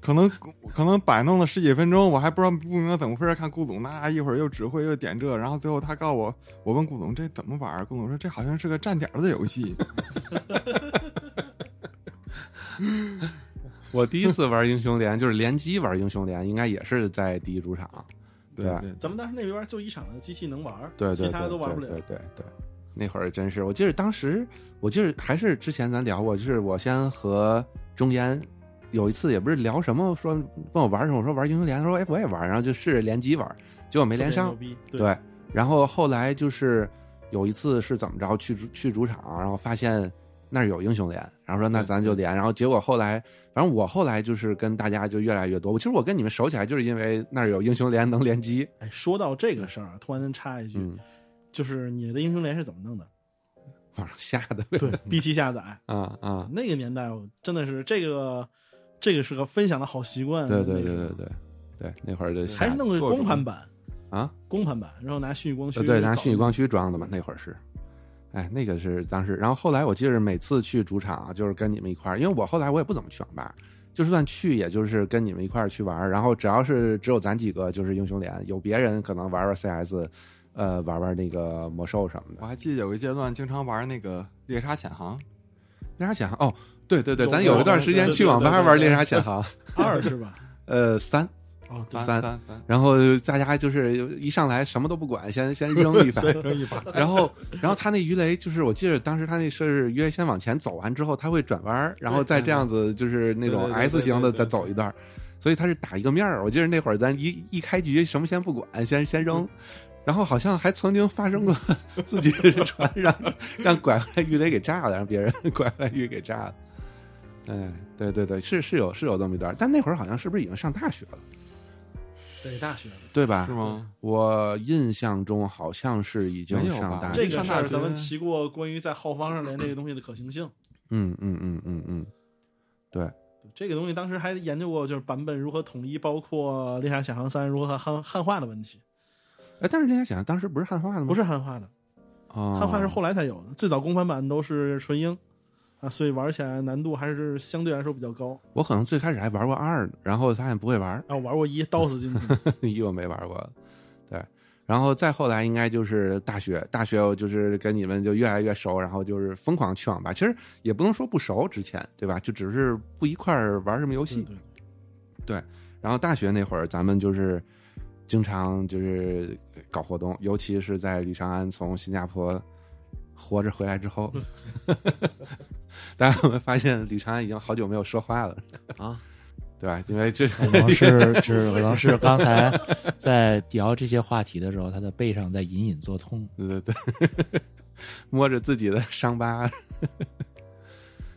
[SPEAKER 4] 可能可能摆弄了十几分钟，我还不知道不明白怎么回事，看顾总那一会儿又指挥又点这，然后最后他告诉我，我问顾总这怎么玩，顾总说这好像是个站点儿的游戏。
[SPEAKER 1] 我第一次玩英雄联就是联机玩英雄联，应该也是在第一主场，
[SPEAKER 4] 对
[SPEAKER 1] 对啊
[SPEAKER 4] 对，
[SPEAKER 3] 咱们当时那边就一场的机器能玩儿，
[SPEAKER 1] 对对
[SPEAKER 3] 其他
[SPEAKER 1] 对
[SPEAKER 3] 都玩不
[SPEAKER 1] 对
[SPEAKER 3] 了。
[SPEAKER 1] 对对对，那会儿真是，我记得当时，我记得还是之前咱聊过，就是我先和中烟有一次也不是聊什么，说问我玩什么，我说玩英雄联，他说哎我也玩，然后就试着联机玩，结果没连上
[SPEAKER 3] 特，别牛逼，
[SPEAKER 1] 对，然后后来就是有一次是怎么着去主去主场，然后发现那儿有英雄联，然后说那咱就连，然后结果后来，反正我后来就是跟大家就越来越多。我其实我跟你们熟起来就是因为那儿有英雄联能联机，
[SPEAKER 3] 哎，说到这个事儿啊，突然间插一句，
[SPEAKER 1] 嗯，
[SPEAKER 3] 就是你的英雄联是怎么弄的？
[SPEAKER 1] 网上下的
[SPEAKER 3] 对，BT 下载，
[SPEAKER 1] 啊啊，
[SPEAKER 3] 那个年代我真的是这个，这个是个分享的好习惯。
[SPEAKER 1] 对对
[SPEAKER 3] 嗯
[SPEAKER 1] 对
[SPEAKER 3] 那个
[SPEAKER 1] 对对对，哎那会儿就下
[SPEAKER 3] 还是弄个
[SPEAKER 4] 做
[SPEAKER 3] 光盘
[SPEAKER 4] 中
[SPEAKER 3] 版
[SPEAKER 1] 啊，
[SPEAKER 3] 光盘版，然后拿虚拟光驱
[SPEAKER 1] 呃
[SPEAKER 3] 搞，
[SPEAKER 1] 对，拿虚拟光驱装的嘛，那会儿是。哎，那个是当时，然后后来我记得每次去主场啊就是跟你们一块儿，因为我后来我也不怎么去网吧，就算去也就是跟你们一块儿去玩儿，然后只要是只有咱几个就是英雄联，有别人可能玩玩 CS，呃，玩玩那个魔兽什么的
[SPEAKER 4] 我。还记得有个阶段经常玩那个猎杀潜航，
[SPEAKER 1] 猎杀潜航哦，对对对，
[SPEAKER 3] 有
[SPEAKER 1] 咱有一段时间去网吧玩猎杀潜 航，
[SPEAKER 3] 二是吧？
[SPEAKER 1] 呃，三，
[SPEAKER 3] 哦，对，
[SPEAKER 1] 三
[SPEAKER 4] 三三，
[SPEAKER 1] 然后大家就是一上来什么都不管，先先扔 一把，
[SPEAKER 4] 扔一把，
[SPEAKER 1] 然后，然后他那鱼雷就是，我记得当时他那是约先往前走完之后，他会转弯儿，然后再这样子就是那种
[SPEAKER 4] 对对对
[SPEAKER 1] S 型的
[SPEAKER 4] 对对对
[SPEAKER 1] 再走一段儿，所以他是打一个面儿。我记得那会儿咱一一开局什么先不管，先先
[SPEAKER 4] 嗯
[SPEAKER 1] 扔，然后好像还曾经发 生过自己的船让让拐回来鱼雷给炸了，让别人 拐回来鱼给炸了。哎，对对对，是是有是有这么一段，但那会儿好像是不是已经上大学了，
[SPEAKER 3] 对，大学
[SPEAKER 1] 啊对吧？
[SPEAKER 4] 是吗？
[SPEAKER 1] 我印象中好像是已经
[SPEAKER 4] 没有
[SPEAKER 1] 啊上
[SPEAKER 4] 吧
[SPEAKER 1] 大学
[SPEAKER 3] 这
[SPEAKER 1] 了，
[SPEAKER 3] 个
[SPEAKER 4] 上
[SPEAKER 3] 事
[SPEAKER 4] 大
[SPEAKER 3] 儿
[SPEAKER 4] 学
[SPEAKER 3] 咱们提过关于在后方上连这个东西的可行性。
[SPEAKER 1] 嗯嗯嗯嗯嗯，对，
[SPEAKER 3] 这个东西当时还研究过，就是版本如何统一，包括《猎杀小航三》如何汉汉化的问题。
[SPEAKER 1] 哎，但是大家想，当时不是汉化的吗？
[SPEAKER 3] 不，是汉化的，
[SPEAKER 1] 哦、
[SPEAKER 3] 汉化是后来才有的，最早公版版都是纯英啊，所以玩起来难度还是相对来说比较高。
[SPEAKER 1] 我可能最开始还玩过二呢，然后发现不会 玩，
[SPEAKER 3] 啊，我玩过一刀死进去，
[SPEAKER 1] 一我没玩过，对。然后再后来应该就是大学，大学我就是跟你们就越来越熟，然后就是疯狂去网吧。其实也不能说不熟，之前对吧？就只是不一块儿玩什么游戏
[SPEAKER 3] 对。对
[SPEAKER 1] 然后大学那会儿，咱们就是经常就是搞活动，尤其是在吕长安从新加坡活着回来之后，大家有没有发现吕长安已经好久没有说话了
[SPEAKER 5] 啊？
[SPEAKER 1] 对吧？因为这
[SPEAKER 2] 可能是，只可能是刚才在聊这些话题的时候，他的背上在隐隐作痛。
[SPEAKER 1] 对对 对，摸着自己的伤疤。哎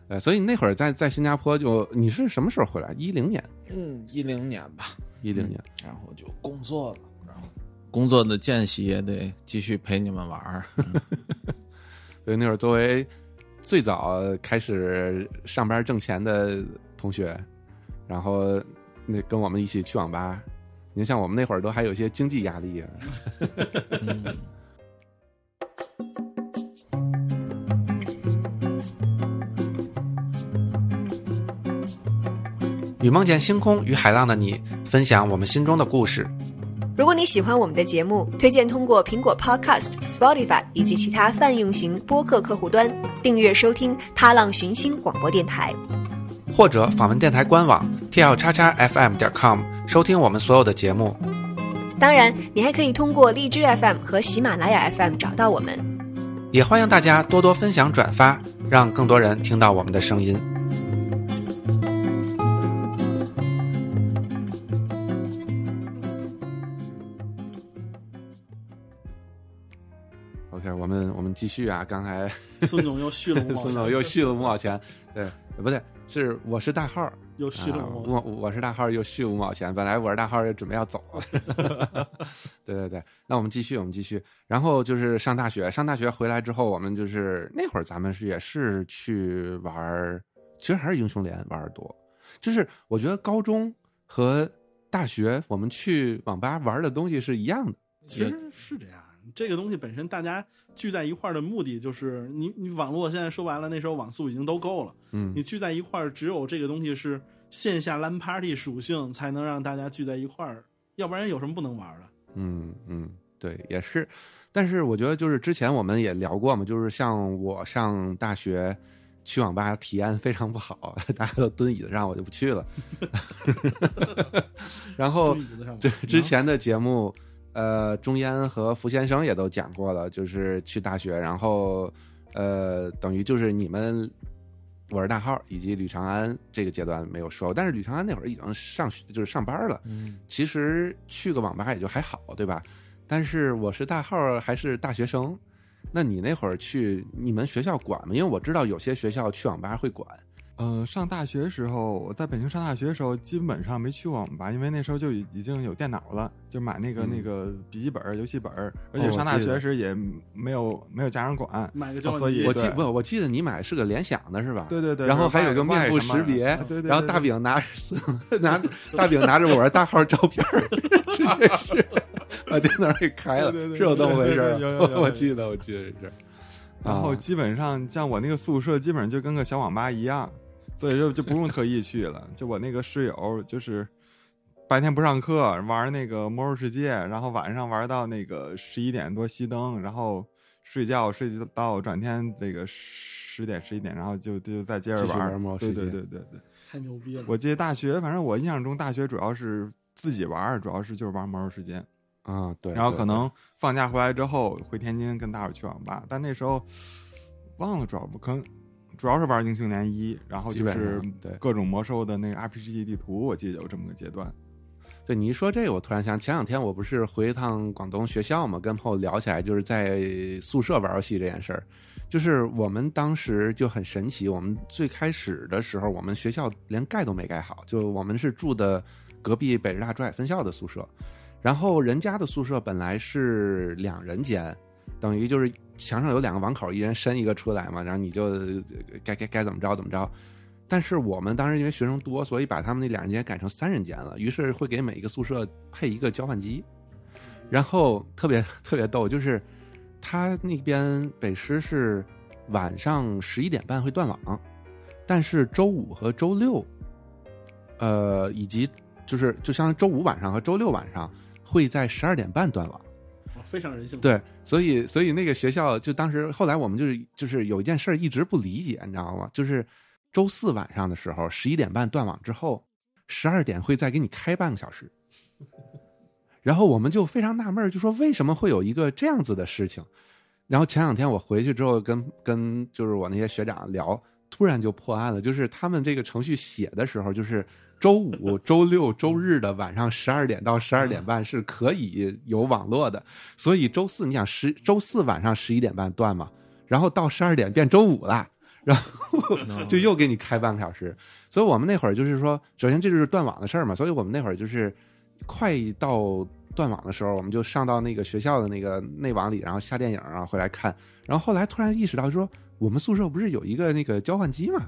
[SPEAKER 1] 呃，所以那会儿在在新加坡就你是什么时候回来？一零年，
[SPEAKER 5] 嗯，一零年吧，
[SPEAKER 1] 一零年，
[SPEAKER 5] 然后就工作了，然后工作的间隙也得继续陪你们玩儿。
[SPEAKER 1] 所以那会儿作为最早开始上班挣钱的同学，然后那跟我们一起去网吧，您像我们那会儿都还有一些经济压力啊，
[SPEAKER 5] 嗯
[SPEAKER 1] 与梦见星空与海浪的你，分享我们心中的故事。
[SPEAKER 6] 如果你喜欢我们的节目，推荐通过苹果 Podcast、Spotify 以及其他泛用型播客客户端订阅收听《踏浪寻星广播电台》。
[SPEAKER 1] 或者访问电台官网 t l 叉叉 fm 点 com 收听我们所有的节目。
[SPEAKER 6] 当然，你还可以通过荔枝 FM 和喜马拉雅 FM 找到我们。
[SPEAKER 1] 也欢迎大家多多分享转发，让更多人听到我们的声音。OK，我们我们继续啊，刚才
[SPEAKER 3] 孙总又续 了五毛钱，
[SPEAKER 1] 孙总又续了五毛钱，对，不对，是我是大号，
[SPEAKER 3] 又续了
[SPEAKER 1] 啊
[SPEAKER 3] 五毛钱。
[SPEAKER 1] 我我是大号又续五毛钱，本来我是大号也准备要走 了。对对对，那我们继续，我们继续。然后就是上大学，上大学回来之后，我们就是那会儿咱们是也是去玩儿，其实还是英雄联玩儿多。就是我觉得高中和大学我们去网吧玩儿的东西是一样的。
[SPEAKER 3] 其实是这样，这个东西本身大家聚在一块儿的目的就是，你你网络现在说白了，那时候网速已经都够了，
[SPEAKER 1] 嗯
[SPEAKER 3] 你聚在一块儿，只有这个东西是线下 LAN party 属性才能让大家聚在一块儿，要不然有什么不能玩儿的？
[SPEAKER 1] 嗯嗯，对，也是。但是我觉得就是之前我们也聊过嘛，就是像我上大学去网吧体验非常不好， 大家都蹲椅子上，我就不去了。 然后
[SPEAKER 3] 蹲椅子上玩嗯
[SPEAKER 1] 这之前的节目，呃，钟烟和福先生也都讲过了，就是去大学，然后呃，等于就是你们。我是大号，以及吕长安这个阶段没有说，但是吕长安那会儿已经上学，就是上班了，
[SPEAKER 5] 嗯，
[SPEAKER 1] 其实去个网吧也就还好，对吧？但是我是大号儿还是大学生，那你那会儿去你们学校管吗？因为我知道有些学校去网吧会管。
[SPEAKER 4] 呃，上大学的时候，我在北京上大学的时候，基本上没去过网吧，因为那时候就已已经有电脑了，就买那个、
[SPEAKER 1] 嗯
[SPEAKER 4] 那个笔记本儿、游戏本儿，而
[SPEAKER 1] 哦
[SPEAKER 4] 且
[SPEAKER 1] 我
[SPEAKER 4] 上大
[SPEAKER 1] 记得
[SPEAKER 4] 学时也没有没有家长管。
[SPEAKER 3] 买个交
[SPEAKER 4] 所
[SPEAKER 3] 换
[SPEAKER 4] 以
[SPEAKER 3] 机
[SPEAKER 1] 我，记
[SPEAKER 4] 对
[SPEAKER 1] 不，我记得你买是个联想的是吧？
[SPEAKER 4] 对对对，
[SPEAKER 1] 然后
[SPEAKER 4] 就是
[SPEAKER 1] 还有个面
[SPEAKER 4] 外
[SPEAKER 1] 部
[SPEAKER 4] 什么
[SPEAKER 1] 识别
[SPEAKER 4] 啊对对对
[SPEAKER 1] 然后大
[SPEAKER 4] 对
[SPEAKER 1] 饼拿着 拿大饼拿着我是大号儿照片 儿，直接是把电脑给开了，
[SPEAKER 4] 对对对
[SPEAKER 1] 是有这么回事儿
[SPEAKER 4] 对对对有有有有
[SPEAKER 1] 吧？ 我记得，我记得这事儿。
[SPEAKER 4] 然后
[SPEAKER 1] 啊
[SPEAKER 4] 基本上像我那个宿舍，基本上就跟个小网吧一样，所以就就不用特意去了。就我那个室友，就是白天不上课玩那个《魔兽世界》，然后晚上玩到那个十一点多熄灯，然后睡觉睡到转天这个十点十一点，然后就就再接着
[SPEAKER 1] 继续
[SPEAKER 4] 玩
[SPEAKER 1] 玩魔兽
[SPEAKER 4] 对
[SPEAKER 1] 世
[SPEAKER 4] 对
[SPEAKER 1] 界
[SPEAKER 4] 对对对，
[SPEAKER 3] 太牛逼了！
[SPEAKER 4] 我记得大学，反正我印象中大学主要是自己玩，主要是就是玩《魔兽世界》。
[SPEAKER 1] 啊，对，
[SPEAKER 4] 然后
[SPEAKER 1] 对
[SPEAKER 4] 可能放假回来之后回天津跟大伙儿去网吧，但那时候忘了主要不可能主要是玩英雄联一，然后
[SPEAKER 1] 基
[SPEAKER 4] 就
[SPEAKER 1] 本
[SPEAKER 4] 是
[SPEAKER 1] 上对
[SPEAKER 4] 各种魔兽的那个 RPG 地图，我记得有这么个阶段。
[SPEAKER 1] 对你一说这个，我突然想，前两天我不是回一趟广东学校嘛，跟朋友聊起来，就是在宿舍玩游戏这件事儿。就是我们当时就很神奇，我们最开始的时候，我们学校连盖都没盖好，就我们是住的隔壁北师大珠海分校的宿舍，然后人家的宿舍本来是两人间，等于就是墙上有两个网口，一人伸一个出来嘛，然后你就呃该该该怎么着怎么着。但是我们当时因为学生多，所以把他们那两人间改成三人间了，于是会给每一个宿舍配一个交换机，然后特别特别逗，就是他那边北师是晚上十一点半会断网，但是周五和周六，呃，以及就是就像周五晚上和周六晚上会在十二点半断网。
[SPEAKER 3] 哇非常人性化。
[SPEAKER 1] 对，所以所以那个学校就当时后来我们就是就是有一件事儿一直不理解，你知道吗？就是周四晚上的时候，十一点半断网之后，十二点会再给你开半个小时。然后我们就非常纳闷儿，就说为什么会有一个这样子的事情？然后前两天我回去之后跟，跟就是我那些学长聊，突然就破案了。就是他们这个程序写的时候，就是周五、周六、周日的晚上十二点到十二点半是可以有网络的，所以周四你想十周四晚上十一点半断嘛，然后到十二点变周五了，然后
[SPEAKER 5] 嗯
[SPEAKER 1] 就又给你开半个小时。所以我们那会儿就是说，首先这就是断网的事儿嘛，所以我们那会儿就是快到断网的时候，我们就上到那个学校的那个内网里，然后下电影啊回来看。然后后来突然意识到说，我们宿舍不是有一个那个交换机吗？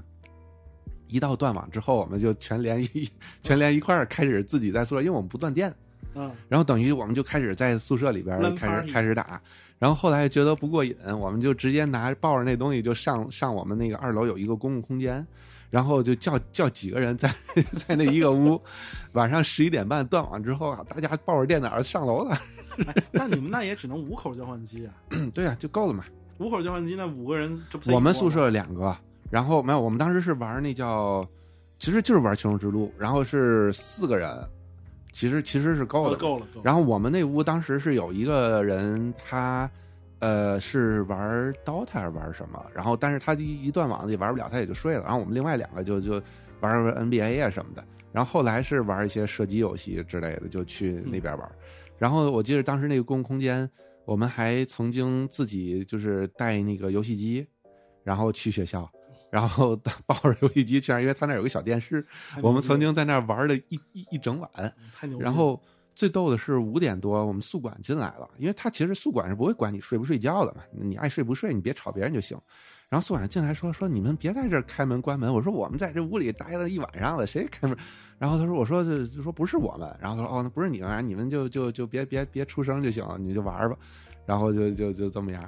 [SPEAKER 1] 一到断网之后，我们就全连一 全连一块儿开始自己在宿舍，因为我们不断电，
[SPEAKER 3] 嗯，
[SPEAKER 1] 然后等于我们就开始在宿舍里边儿
[SPEAKER 3] LAN
[SPEAKER 1] 开
[SPEAKER 3] party
[SPEAKER 1] 始开始打，然后后来觉得不过瘾，我们就直接拿抱着那东西就上上我们那个二楼有一个公共空间，然后就叫叫几个人在 在那一个屋，晚上十一点半断网之后啊，大家抱着电脑上楼了，
[SPEAKER 3] 哎那你们那也只能五口交换机啊，
[SPEAKER 1] 嗯对呀、就够了嘛。
[SPEAKER 3] 五口交换机那五个人这不才
[SPEAKER 1] 我们
[SPEAKER 3] 一窝
[SPEAKER 1] 宿
[SPEAKER 3] 吗
[SPEAKER 1] 舍两个，然后没有，我们当时是玩那叫，其实就是玩求生之路，然后是四个人，其实其实是够
[SPEAKER 3] 哦
[SPEAKER 1] 的，
[SPEAKER 3] 够了够了，
[SPEAKER 1] 然后我们那屋当时是有一个人，他呃是玩 DOTA 还是玩什么，然后但是他一一断网也玩不了，他也就睡了。然后我们另外两个就就玩玩 NBA 啊什么的。然后后来是玩一些射击游戏之类的，就去那边玩。然后我记得当时那个公共空间，我们还曾经自己就是带那个游戏机，然后去学校。然后 抱着游戏机去那儿，因为他那儿有个小电视，
[SPEAKER 3] 后
[SPEAKER 1] 我们曾经在那儿玩了一一一整晚。
[SPEAKER 3] 太牛逼了，
[SPEAKER 1] 然后最逗的是五点多我们宿管进来了，因为他其实宿管是不会管你睡不睡觉的嘛，你爱睡不睡，你别吵别人就行。然后宿管进来说说你们别在这儿开门关门，我说我们在这屋里待了一晚上了，谁开门？然后他说我说这就说不是我们，然后他说哦那不是你们，你们就就就别别别出声就行了，你就玩儿吧。然后就就就这么样。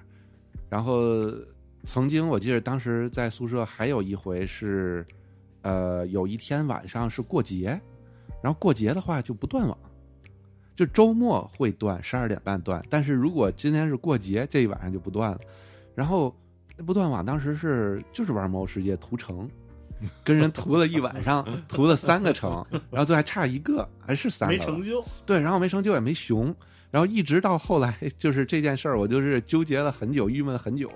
[SPEAKER 1] 然后曾经我记得当时在宿舍还有一回是，呃，有一天晚上是过节，然后过节的话就不断网，就周末会断，十二点半断。但是如果今天是过节，这一晚上就不断了。然后不断网当时是就是玩《魔兽世界》屠城。跟人屠了一晚上，屠了三个城，然后最后还差一个，还是三个
[SPEAKER 3] 没
[SPEAKER 1] 了
[SPEAKER 3] 成就，
[SPEAKER 1] 对，然后没成就也没熊，然后一直到后来，就是这件事儿，我就是纠结了很久，郁闷了很久。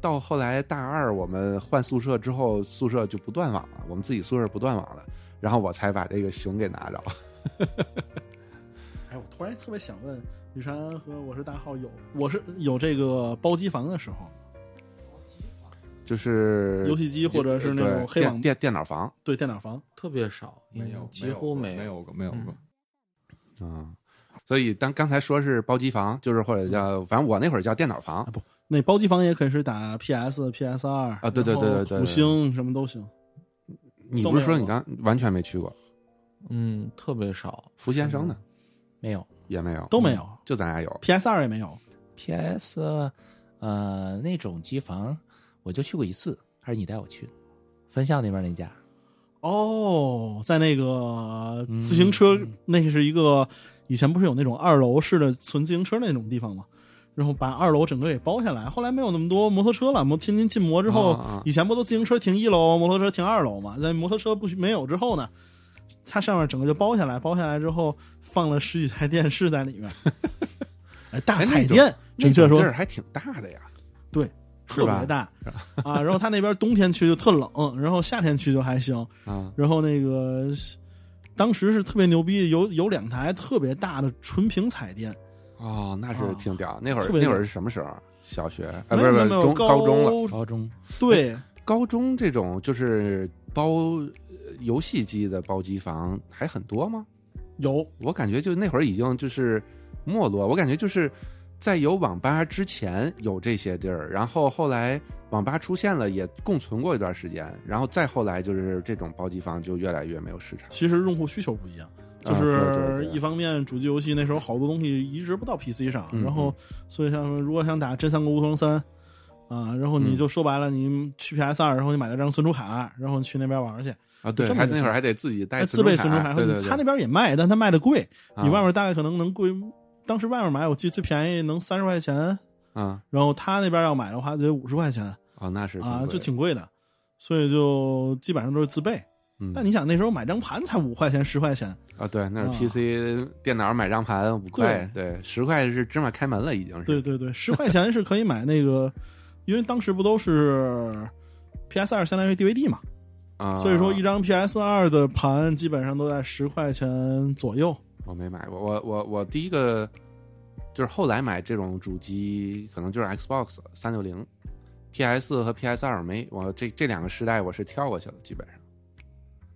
[SPEAKER 1] 到后来大二我们换宿舍之后，宿舍就不断网了，我们自己宿舍不断网了，然后我才把这个熊给拿着。
[SPEAKER 3] 哎，我突然特别想问，雨山和我是大号有我是有这个包机房的时候吗，
[SPEAKER 1] 就是
[SPEAKER 3] 游戏机或者是那
[SPEAKER 1] 对
[SPEAKER 3] 种黑网
[SPEAKER 1] 电电电脑房
[SPEAKER 3] 对电脑房，
[SPEAKER 5] 特别少，
[SPEAKER 4] 没有，
[SPEAKER 5] 嗯几乎
[SPEAKER 4] 没
[SPEAKER 5] 没嗯
[SPEAKER 4] 有过有过，没有过。
[SPEAKER 1] 啊、所以当刚才说是包机房，就是或者
[SPEAKER 3] 嗯
[SPEAKER 1] 叫反正我那会儿叫电脑房
[SPEAKER 3] 啊，那包机房也可以是打 PS、PS 二
[SPEAKER 1] 啊对对对对对
[SPEAKER 3] 土星什么都行。
[SPEAKER 1] 你
[SPEAKER 3] 都
[SPEAKER 1] 不
[SPEAKER 3] 没
[SPEAKER 1] 是
[SPEAKER 3] 有
[SPEAKER 1] 说你
[SPEAKER 3] 过
[SPEAKER 1] 刚完全没去过？
[SPEAKER 5] 嗯，特别少。
[SPEAKER 1] 福先生呢
[SPEAKER 2] 没有
[SPEAKER 1] 也没有，
[SPEAKER 3] 嗯
[SPEAKER 1] 嗯
[SPEAKER 3] 都没有
[SPEAKER 1] 就咱俩有。
[SPEAKER 3] PS 二也没有，
[SPEAKER 2] PS，呃，那种机房我就去过一次，还是你带我去的，分校那边那家。
[SPEAKER 3] 哦，在那个
[SPEAKER 1] 嗯
[SPEAKER 3] 自行车，那是一个以前不是有那种二楼式的存自行车那种地方吗？然后把二楼整个给包下来，后来没有那么多摩托车了。摩天津禁摩之后，
[SPEAKER 1] 啊啊啊
[SPEAKER 3] 以前不都自行车停一楼，摩托车停二楼嘛？在摩托车不许没有之后呢，它上面整个就包下来，包下来之后放了十几台电视在里 面，哎，大
[SPEAKER 1] 哎那
[SPEAKER 3] 彩
[SPEAKER 1] 种
[SPEAKER 3] 电，准确
[SPEAKER 1] 那种地
[SPEAKER 3] 说
[SPEAKER 1] 儿还挺大的呀。
[SPEAKER 3] 特
[SPEAKER 1] 是吧
[SPEAKER 3] 别大啊。然后他那边冬天去就特冷，然后夏天去就还行。
[SPEAKER 1] 啊
[SPEAKER 3] 然后那个当时是特别牛逼，有有两台特别大的纯平彩电，
[SPEAKER 1] 哦，那是
[SPEAKER 3] 啊
[SPEAKER 1] 挺屌。那会儿
[SPEAKER 3] 特别
[SPEAKER 1] 那
[SPEAKER 3] 屌
[SPEAKER 1] 会儿是什么时候？小学啊，不
[SPEAKER 3] 没有
[SPEAKER 1] 是不
[SPEAKER 3] 没
[SPEAKER 1] 是
[SPEAKER 3] 有没有
[SPEAKER 1] 中高中了。哎
[SPEAKER 2] 高中
[SPEAKER 3] 对，
[SPEAKER 1] 高中这种就是包呃游戏机的包机房还很多吗？
[SPEAKER 3] 有
[SPEAKER 1] 我感觉就那会儿已经就是没落，我感觉就是在有网吧之前有这些地儿，然后后来网吧出现了，也共存过一段时间，然后再后来就是这种包机房就越来越没有市场。
[SPEAKER 3] 其实用户需求不一样。就
[SPEAKER 1] 啊对对对
[SPEAKER 3] 是一方面，主机游戏那时候好多东西移植不到 PC 上，
[SPEAKER 1] 嗯
[SPEAKER 3] 然后所以像如果想打《真三国无双三》啊，然后你
[SPEAKER 1] 嗯
[SPEAKER 3] 就说白了，你去 PS 二，然后你买了张存储卡，然后你去那边玩去，
[SPEAKER 1] 啊，对，
[SPEAKER 3] 这么
[SPEAKER 1] 还
[SPEAKER 3] 一个
[SPEAKER 1] 那会
[SPEAKER 3] 情
[SPEAKER 1] 儿
[SPEAKER 3] 况
[SPEAKER 1] 还得自己带
[SPEAKER 3] 哎自备存
[SPEAKER 1] 存
[SPEAKER 3] 储
[SPEAKER 1] 卡，
[SPEAKER 3] 卡，
[SPEAKER 1] 对对对，
[SPEAKER 3] 他那边也卖，但他卖的贵，
[SPEAKER 1] 啊
[SPEAKER 3] 你外面大概可能能贵，当时外面买我记得最便宜能三十块钱，
[SPEAKER 1] 啊
[SPEAKER 3] 然后他那边要买的话得五十块钱
[SPEAKER 1] 哦，那是
[SPEAKER 3] 啊，
[SPEAKER 1] 贵的
[SPEAKER 3] 就挺贵的，所以就基本上都是自备。
[SPEAKER 1] 嗯
[SPEAKER 3] 但你想那时候买张盘才五块钱十块钱，
[SPEAKER 1] 啊，对，那
[SPEAKER 3] 啊
[SPEAKER 1] 是 PC、电脑买张盘五块，对，十块是芝麻开门了，已经是。
[SPEAKER 3] 对对对，十块钱是可以买 那个，因为当时不都是 PS 二相当于 DVD 嘛，
[SPEAKER 1] 啊，
[SPEAKER 3] 所以说一张 PS 二的盘基本上都在十块钱左右。
[SPEAKER 1] 我没买过，我我我第一个就是后来买这种主机，可能就是 Xbox 三六零、PS 和 PS 二没，我这这两个时代我是跳过去了，基本上。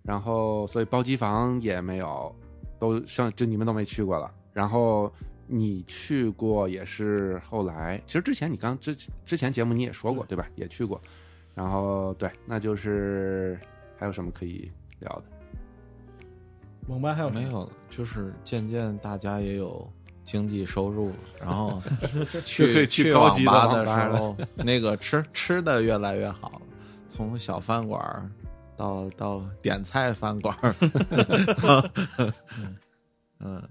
[SPEAKER 1] 然后所以包机房也没有，都上就你们都没去过了。然后你去过也是后来，其实之前你刚之之前节目你也说过对吧？也去过。然后对，那就是还有什么可以聊的？
[SPEAKER 3] 网吧 还有啥
[SPEAKER 5] 没？有，就是渐渐大家也有经济收入，然 后
[SPEAKER 1] 就可以
[SPEAKER 5] 去
[SPEAKER 1] 去
[SPEAKER 5] 去
[SPEAKER 1] 高级的
[SPEAKER 5] 网
[SPEAKER 1] 网
[SPEAKER 5] 吧的
[SPEAKER 1] 吧了
[SPEAKER 5] 时候，那个吃吃的越来越好，从小饭馆儿到到点菜饭馆儿， 嗯，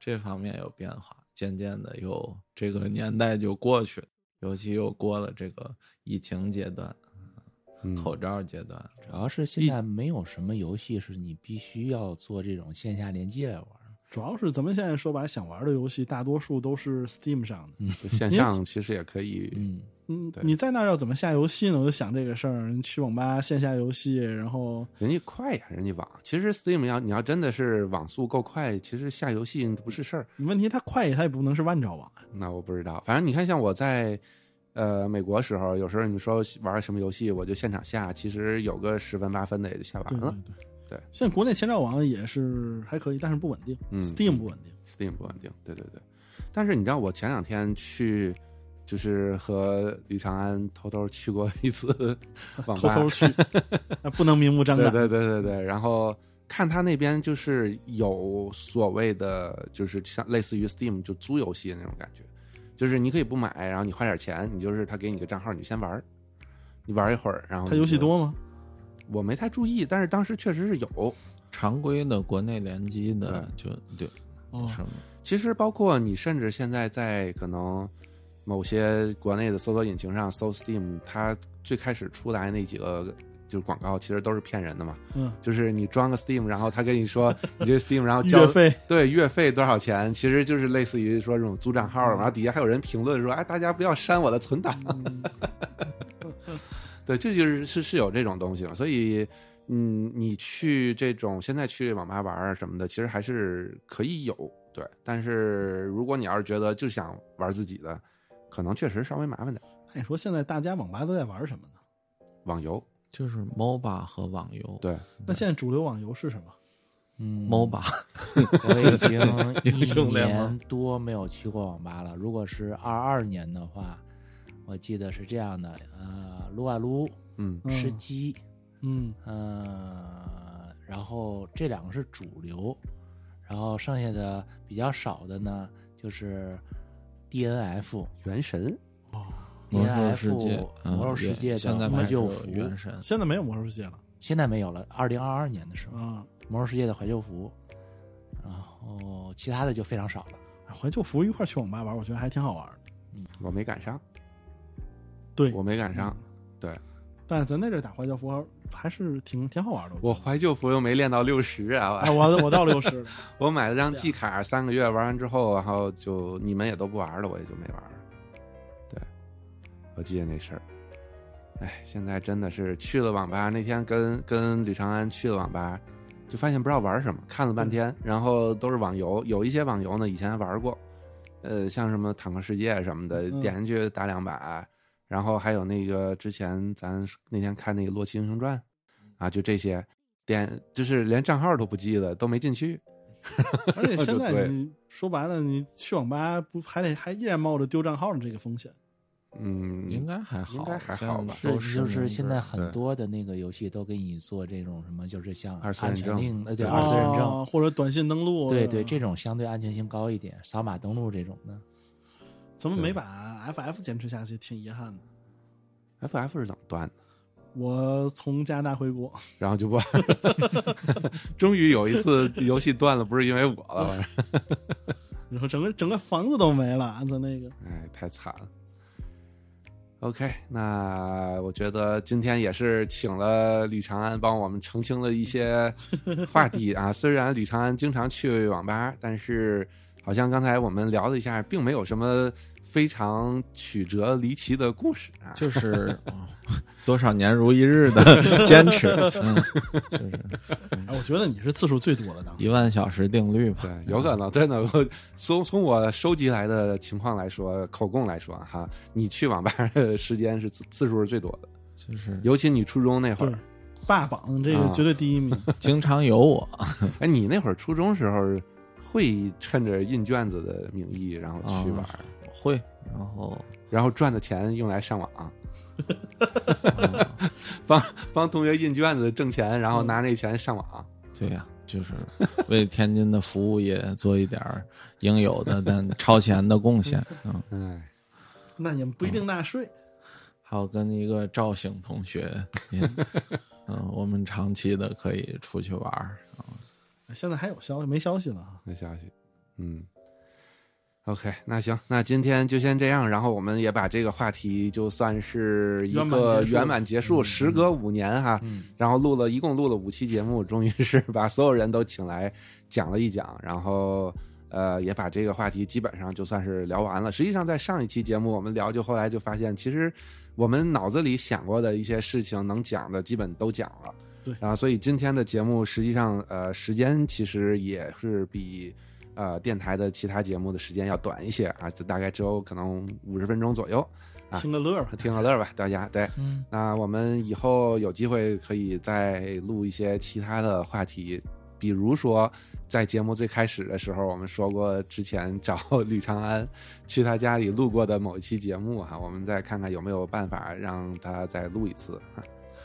[SPEAKER 5] 这方面有变化，渐渐的又这个年代就过去了，尤其又过了这个疫情阶段、
[SPEAKER 1] 嗯
[SPEAKER 5] 口罩阶段，
[SPEAKER 2] 主要是现在没有什么游戏是你必须要做这种线下联机来玩儿。
[SPEAKER 3] 主要是咱们现在说白，想玩的游戏大多数都是 Steam 上的。
[SPEAKER 1] 就线 上其实也可以，
[SPEAKER 2] 嗯，
[SPEAKER 3] 嗯
[SPEAKER 1] 嗯对，
[SPEAKER 3] 你在那儿要怎么下游戏呢？我就想这个事儿。你去网吧线下游戏，然后
[SPEAKER 1] 人家快呀，人家网。其实 Steam 要你要真的是网速够快，其实下游戏不是事儿。
[SPEAKER 3] 问题它快，它也不能是万兆网啊。
[SPEAKER 1] 那我不知道，反正你看，像我在呃美国时候，有时候你说玩什么游戏，我就现场下，其实有个十分八分的也就下完
[SPEAKER 3] 对对
[SPEAKER 1] 了。
[SPEAKER 3] 对。
[SPEAKER 1] 对
[SPEAKER 3] 现在国内千兆网也是还可以，但是不稳定、
[SPEAKER 1] 嗯
[SPEAKER 3] s t e a m 不稳定。
[SPEAKER 1] Steam 不稳定，对对对。但是你知道，我前两天去。就是和吕长安偷偷去过一次 网
[SPEAKER 3] 偷
[SPEAKER 1] 吧，
[SPEAKER 3] 偷去，那不能明目张
[SPEAKER 1] 对
[SPEAKER 3] 胆。
[SPEAKER 1] 对对对对，然后看他那边就是有所谓的，就是像类似于 Steam 就租游戏的那种感觉，就是你可以不买，然后你花点钱，你就是他给你个账号，你先玩儿，你玩一会儿，然后
[SPEAKER 3] 它
[SPEAKER 1] 你
[SPEAKER 3] 游戏
[SPEAKER 1] 就，
[SPEAKER 3] 多吗？
[SPEAKER 1] 我没太注意，但是当时确实是有。
[SPEAKER 5] 常规的国内联机的就对
[SPEAKER 3] 哦，
[SPEAKER 5] 什么。
[SPEAKER 1] 其实包括你，甚至现在在可能某些国内的搜索引擎上搜 Steam，它最开始出来那几个就是广告，其实都是骗人的嘛。
[SPEAKER 3] 嗯，
[SPEAKER 1] 就是你装个 Steam，然后他跟你 说你这 Steam，然后交
[SPEAKER 3] 月 费
[SPEAKER 1] 对月费多少钱，其实就是类似于说这种租账号，然后底下还有人评论说，哎，大家不要删我的存档。 对，这就是是是有这种东西嘛，所以。嗯，你去这种现在去网吧玩儿啊什么的，其实还是可以有对，但是如果你要是觉得就想玩自己的，可能确实稍微麻烦点儿。
[SPEAKER 3] 那哎你说现在大家网吧都在玩什么呢？
[SPEAKER 1] 网游
[SPEAKER 5] 就是 MOBA 和网游，
[SPEAKER 1] 对，
[SPEAKER 3] 那现在主流网游是什么？
[SPEAKER 2] 嗯，
[SPEAKER 5] ，MOBA
[SPEAKER 2] 我已 经
[SPEAKER 5] 英
[SPEAKER 2] 一
[SPEAKER 5] 雄联
[SPEAKER 2] 年
[SPEAKER 5] 盟
[SPEAKER 2] 多没有去过网吧了。如果是二二年的话，我记得是这样的，呃，撸啊撸、
[SPEAKER 1] 嗯
[SPEAKER 3] 嗯
[SPEAKER 2] 吃鸡，
[SPEAKER 3] 嗯，
[SPEAKER 2] 呃，然后这两个是主流，然后剩下的比较少的呢，就是 DNF、
[SPEAKER 1] 原神
[SPEAKER 5] 魔兽世界
[SPEAKER 2] DNF，，
[SPEAKER 5] 嗯
[SPEAKER 2] 魔兽世界
[SPEAKER 5] 也
[SPEAKER 2] 的
[SPEAKER 5] 现在
[SPEAKER 2] 魔
[SPEAKER 5] 还
[SPEAKER 2] 旧
[SPEAKER 5] 有
[SPEAKER 2] 服
[SPEAKER 5] 原神，
[SPEAKER 3] 现在没有魔兽世界了
[SPEAKER 2] 现在没有了。二零二二年的时候，
[SPEAKER 3] 啊。
[SPEAKER 2] 魔兽世界的怀旧服，然后其他的就非常少了。
[SPEAKER 3] 怀旧服一块儿去网吧玩，我觉得还挺好玩的。
[SPEAKER 1] 我没赶上，
[SPEAKER 3] 对嗯
[SPEAKER 1] 我，没赶上，
[SPEAKER 3] 但是咱在这儿打怀旧服还是挺挺好玩的。
[SPEAKER 1] 我
[SPEAKER 3] 觉
[SPEAKER 1] 怀旧服又没练到六十啊，我
[SPEAKER 3] 得啊，我我到六十了，
[SPEAKER 1] 我买了张季卡，三个月玩完之后，然后就你们也都不玩了，我也就没玩了。对，我记得那事儿。哎，现在真的是去了网吧，那天跟跟吕长安去了网吧，就发现不知道玩什么，看了半天，然后都是网游，有一些网游呢以前还玩过，呃，像什么《坦克世界》什么的，
[SPEAKER 3] 嗯
[SPEAKER 1] 点进去打两把，然后还有那个之前咱那天看那个《洛奇英雄传》，啊，就这些，点就是连账号都不记得，都没进去。
[SPEAKER 3] 而且现
[SPEAKER 1] 就对
[SPEAKER 3] 在你说白了，你去网吧不还得还依然冒着丢账号的这个风险？
[SPEAKER 1] 嗯，
[SPEAKER 5] 应该还好，
[SPEAKER 1] 应该还好吧
[SPEAKER 5] 现在
[SPEAKER 2] 是
[SPEAKER 5] 都
[SPEAKER 2] 就
[SPEAKER 5] 实名
[SPEAKER 2] 是现在
[SPEAKER 5] 制
[SPEAKER 2] 很多的那个游戏都给你做这种什么，就是像
[SPEAKER 1] 二次认
[SPEAKER 2] 安全
[SPEAKER 1] 证
[SPEAKER 2] 令呃
[SPEAKER 1] 对
[SPEAKER 2] 对二次认
[SPEAKER 3] 啊
[SPEAKER 2] 证，
[SPEAKER 3] 或者短信登录，啊
[SPEAKER 2] 对对，这种相对安全性高一点，扫码登录这种的。
[SPEAKER 3] 咱们没把 FF 坚持下去，挺遗憾的。
[SPEAKER 1] FF 是怎么断的？
[SPEAKER 3] 我从加拿大回国，
[SPEAKER 1] 然后就不玩 了。终于有一次游戏断了，不是因为我了，反正
[SPEAKER 3] 然后整个整个房子都没了，咱那个
[SPEAKER 1] 哎，太惨了。OK，那我觉得今天也是请了吕长安帮我们澄清了一些话题啊。虽然吕长安经常去网吧，但是好像刚才我们聊了一下，并没有什么非常曲折离奇的故事啊。
[SPEAKER 5] 就是 哦多少年如一日的坚持，嗯，就是
[SPEAKER 2] 嗯
[SPEAKER 3] 哎，我觉得你是次数最多的，当时
[SPEAKER 5] 一万小时定律吧。
[SPEAKER 1] 对，有可能真的。我从从我收集来的情况来说，口供来说啊哈，你去网吧的时间是次次数是最多的，
[SPEAKER 5] 就是
[SPEAKER 1] 尤其你初中那会
[SPEAKER 3] 对
[SPEAKER 1] 儿，
[SPEAKER 3] 霸榜，
[SPEAKER 2] 啊
[SPEAKER 3] 这个绝对第一 名。
[SPEAKER 5] 经常有我，
[SPEAKER 1] 哎，你那会儿初中时候会趁着印卷子的名义，然后去玩，
[SPEAKER 5] 啊会，然后
[SPEAKER 1] 然后赚的钱用来上网，啊 帮帮同学印卷子挣钱，然后拿那钱上网。啊
[SPEAKER 5] 对呀、就是为天津的服务业做一点儿应有的但超前的贡献。嗯，
[SPEAKER 1] 哎，
[SPEAKER 3] 那也不一定纳税，
[SPEAKER 5] 还有跟一个赵醒同学， 也嗯，我们长期的可以出去玩儿。
[SPEAKER 2] 嗯
[SPEAKER 3] 现在还有消息没消息了啊？
[SPEAKER 1] 那消息，嗯。OK，那行，那今天就先这样，然后我们也把这个话题就算是一
[SPEAKER 3] 圆满结
[SPEAKER 1] 个
[SPEAKER 3] 束
[SPEAKER 1] 圆满结束，时隔五年哈，然后录了一共录了五期节目，终于是把所有人都请来讲了一讲，然后呃也把这个话题基本上就算是聊完了。实际上在上一期节目我们聊，就后来就发现其实我们脑子里想过的一些事情能讲的基本都讲了，
[SPEAKER 3] 对
[SPEAKER 1] 然后所以今天的节目实际上呃时间其实也是比。呃，电台的其他节目的时间要短一些啊，就大概只有可能五十分钟左右，啊
[SPEAKER 3] 听个乐儿吧，
[SPEAKER 1] 听个乐儿吧，大家对。
[SPEAKER 2] 嗯，
[SPEAKER 1] 那我们以后有机会可以再录一些其他的话题，比如说在节目最开始的时候，我们说过之前找 吕长安去他家里录过的某一期节目啊哈、我们再看看有没有办法让他再录一次。啊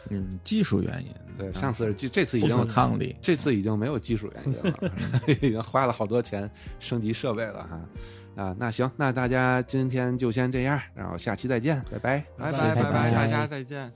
[SPEAKER 5] 嗯，技术原因，
[SPEAKER 1] 对，
[SPEAKER 5] 嗯
[SPEAKER 1] 上次是技这次已
[SPEAKER 5] 技术
[SPEAKER 1] 经
[SPEAKER 5] 抗力，
[SPEAKER 1] 这次已经没有技术原因了， 已经花了好多钱 升级设备了哈。啊，那行，那大家今天就先这样，然后下期再见，拜拜。
[SPEAKER 4] 拜
[SPEAKER 2] 拜
[SPEAKER 4] 拜
[SPEAKER 2] 拜
[SPEAKER 4] 拜，
[SPEAKER 2] 拜
[SPEAKER 4] 大家再见。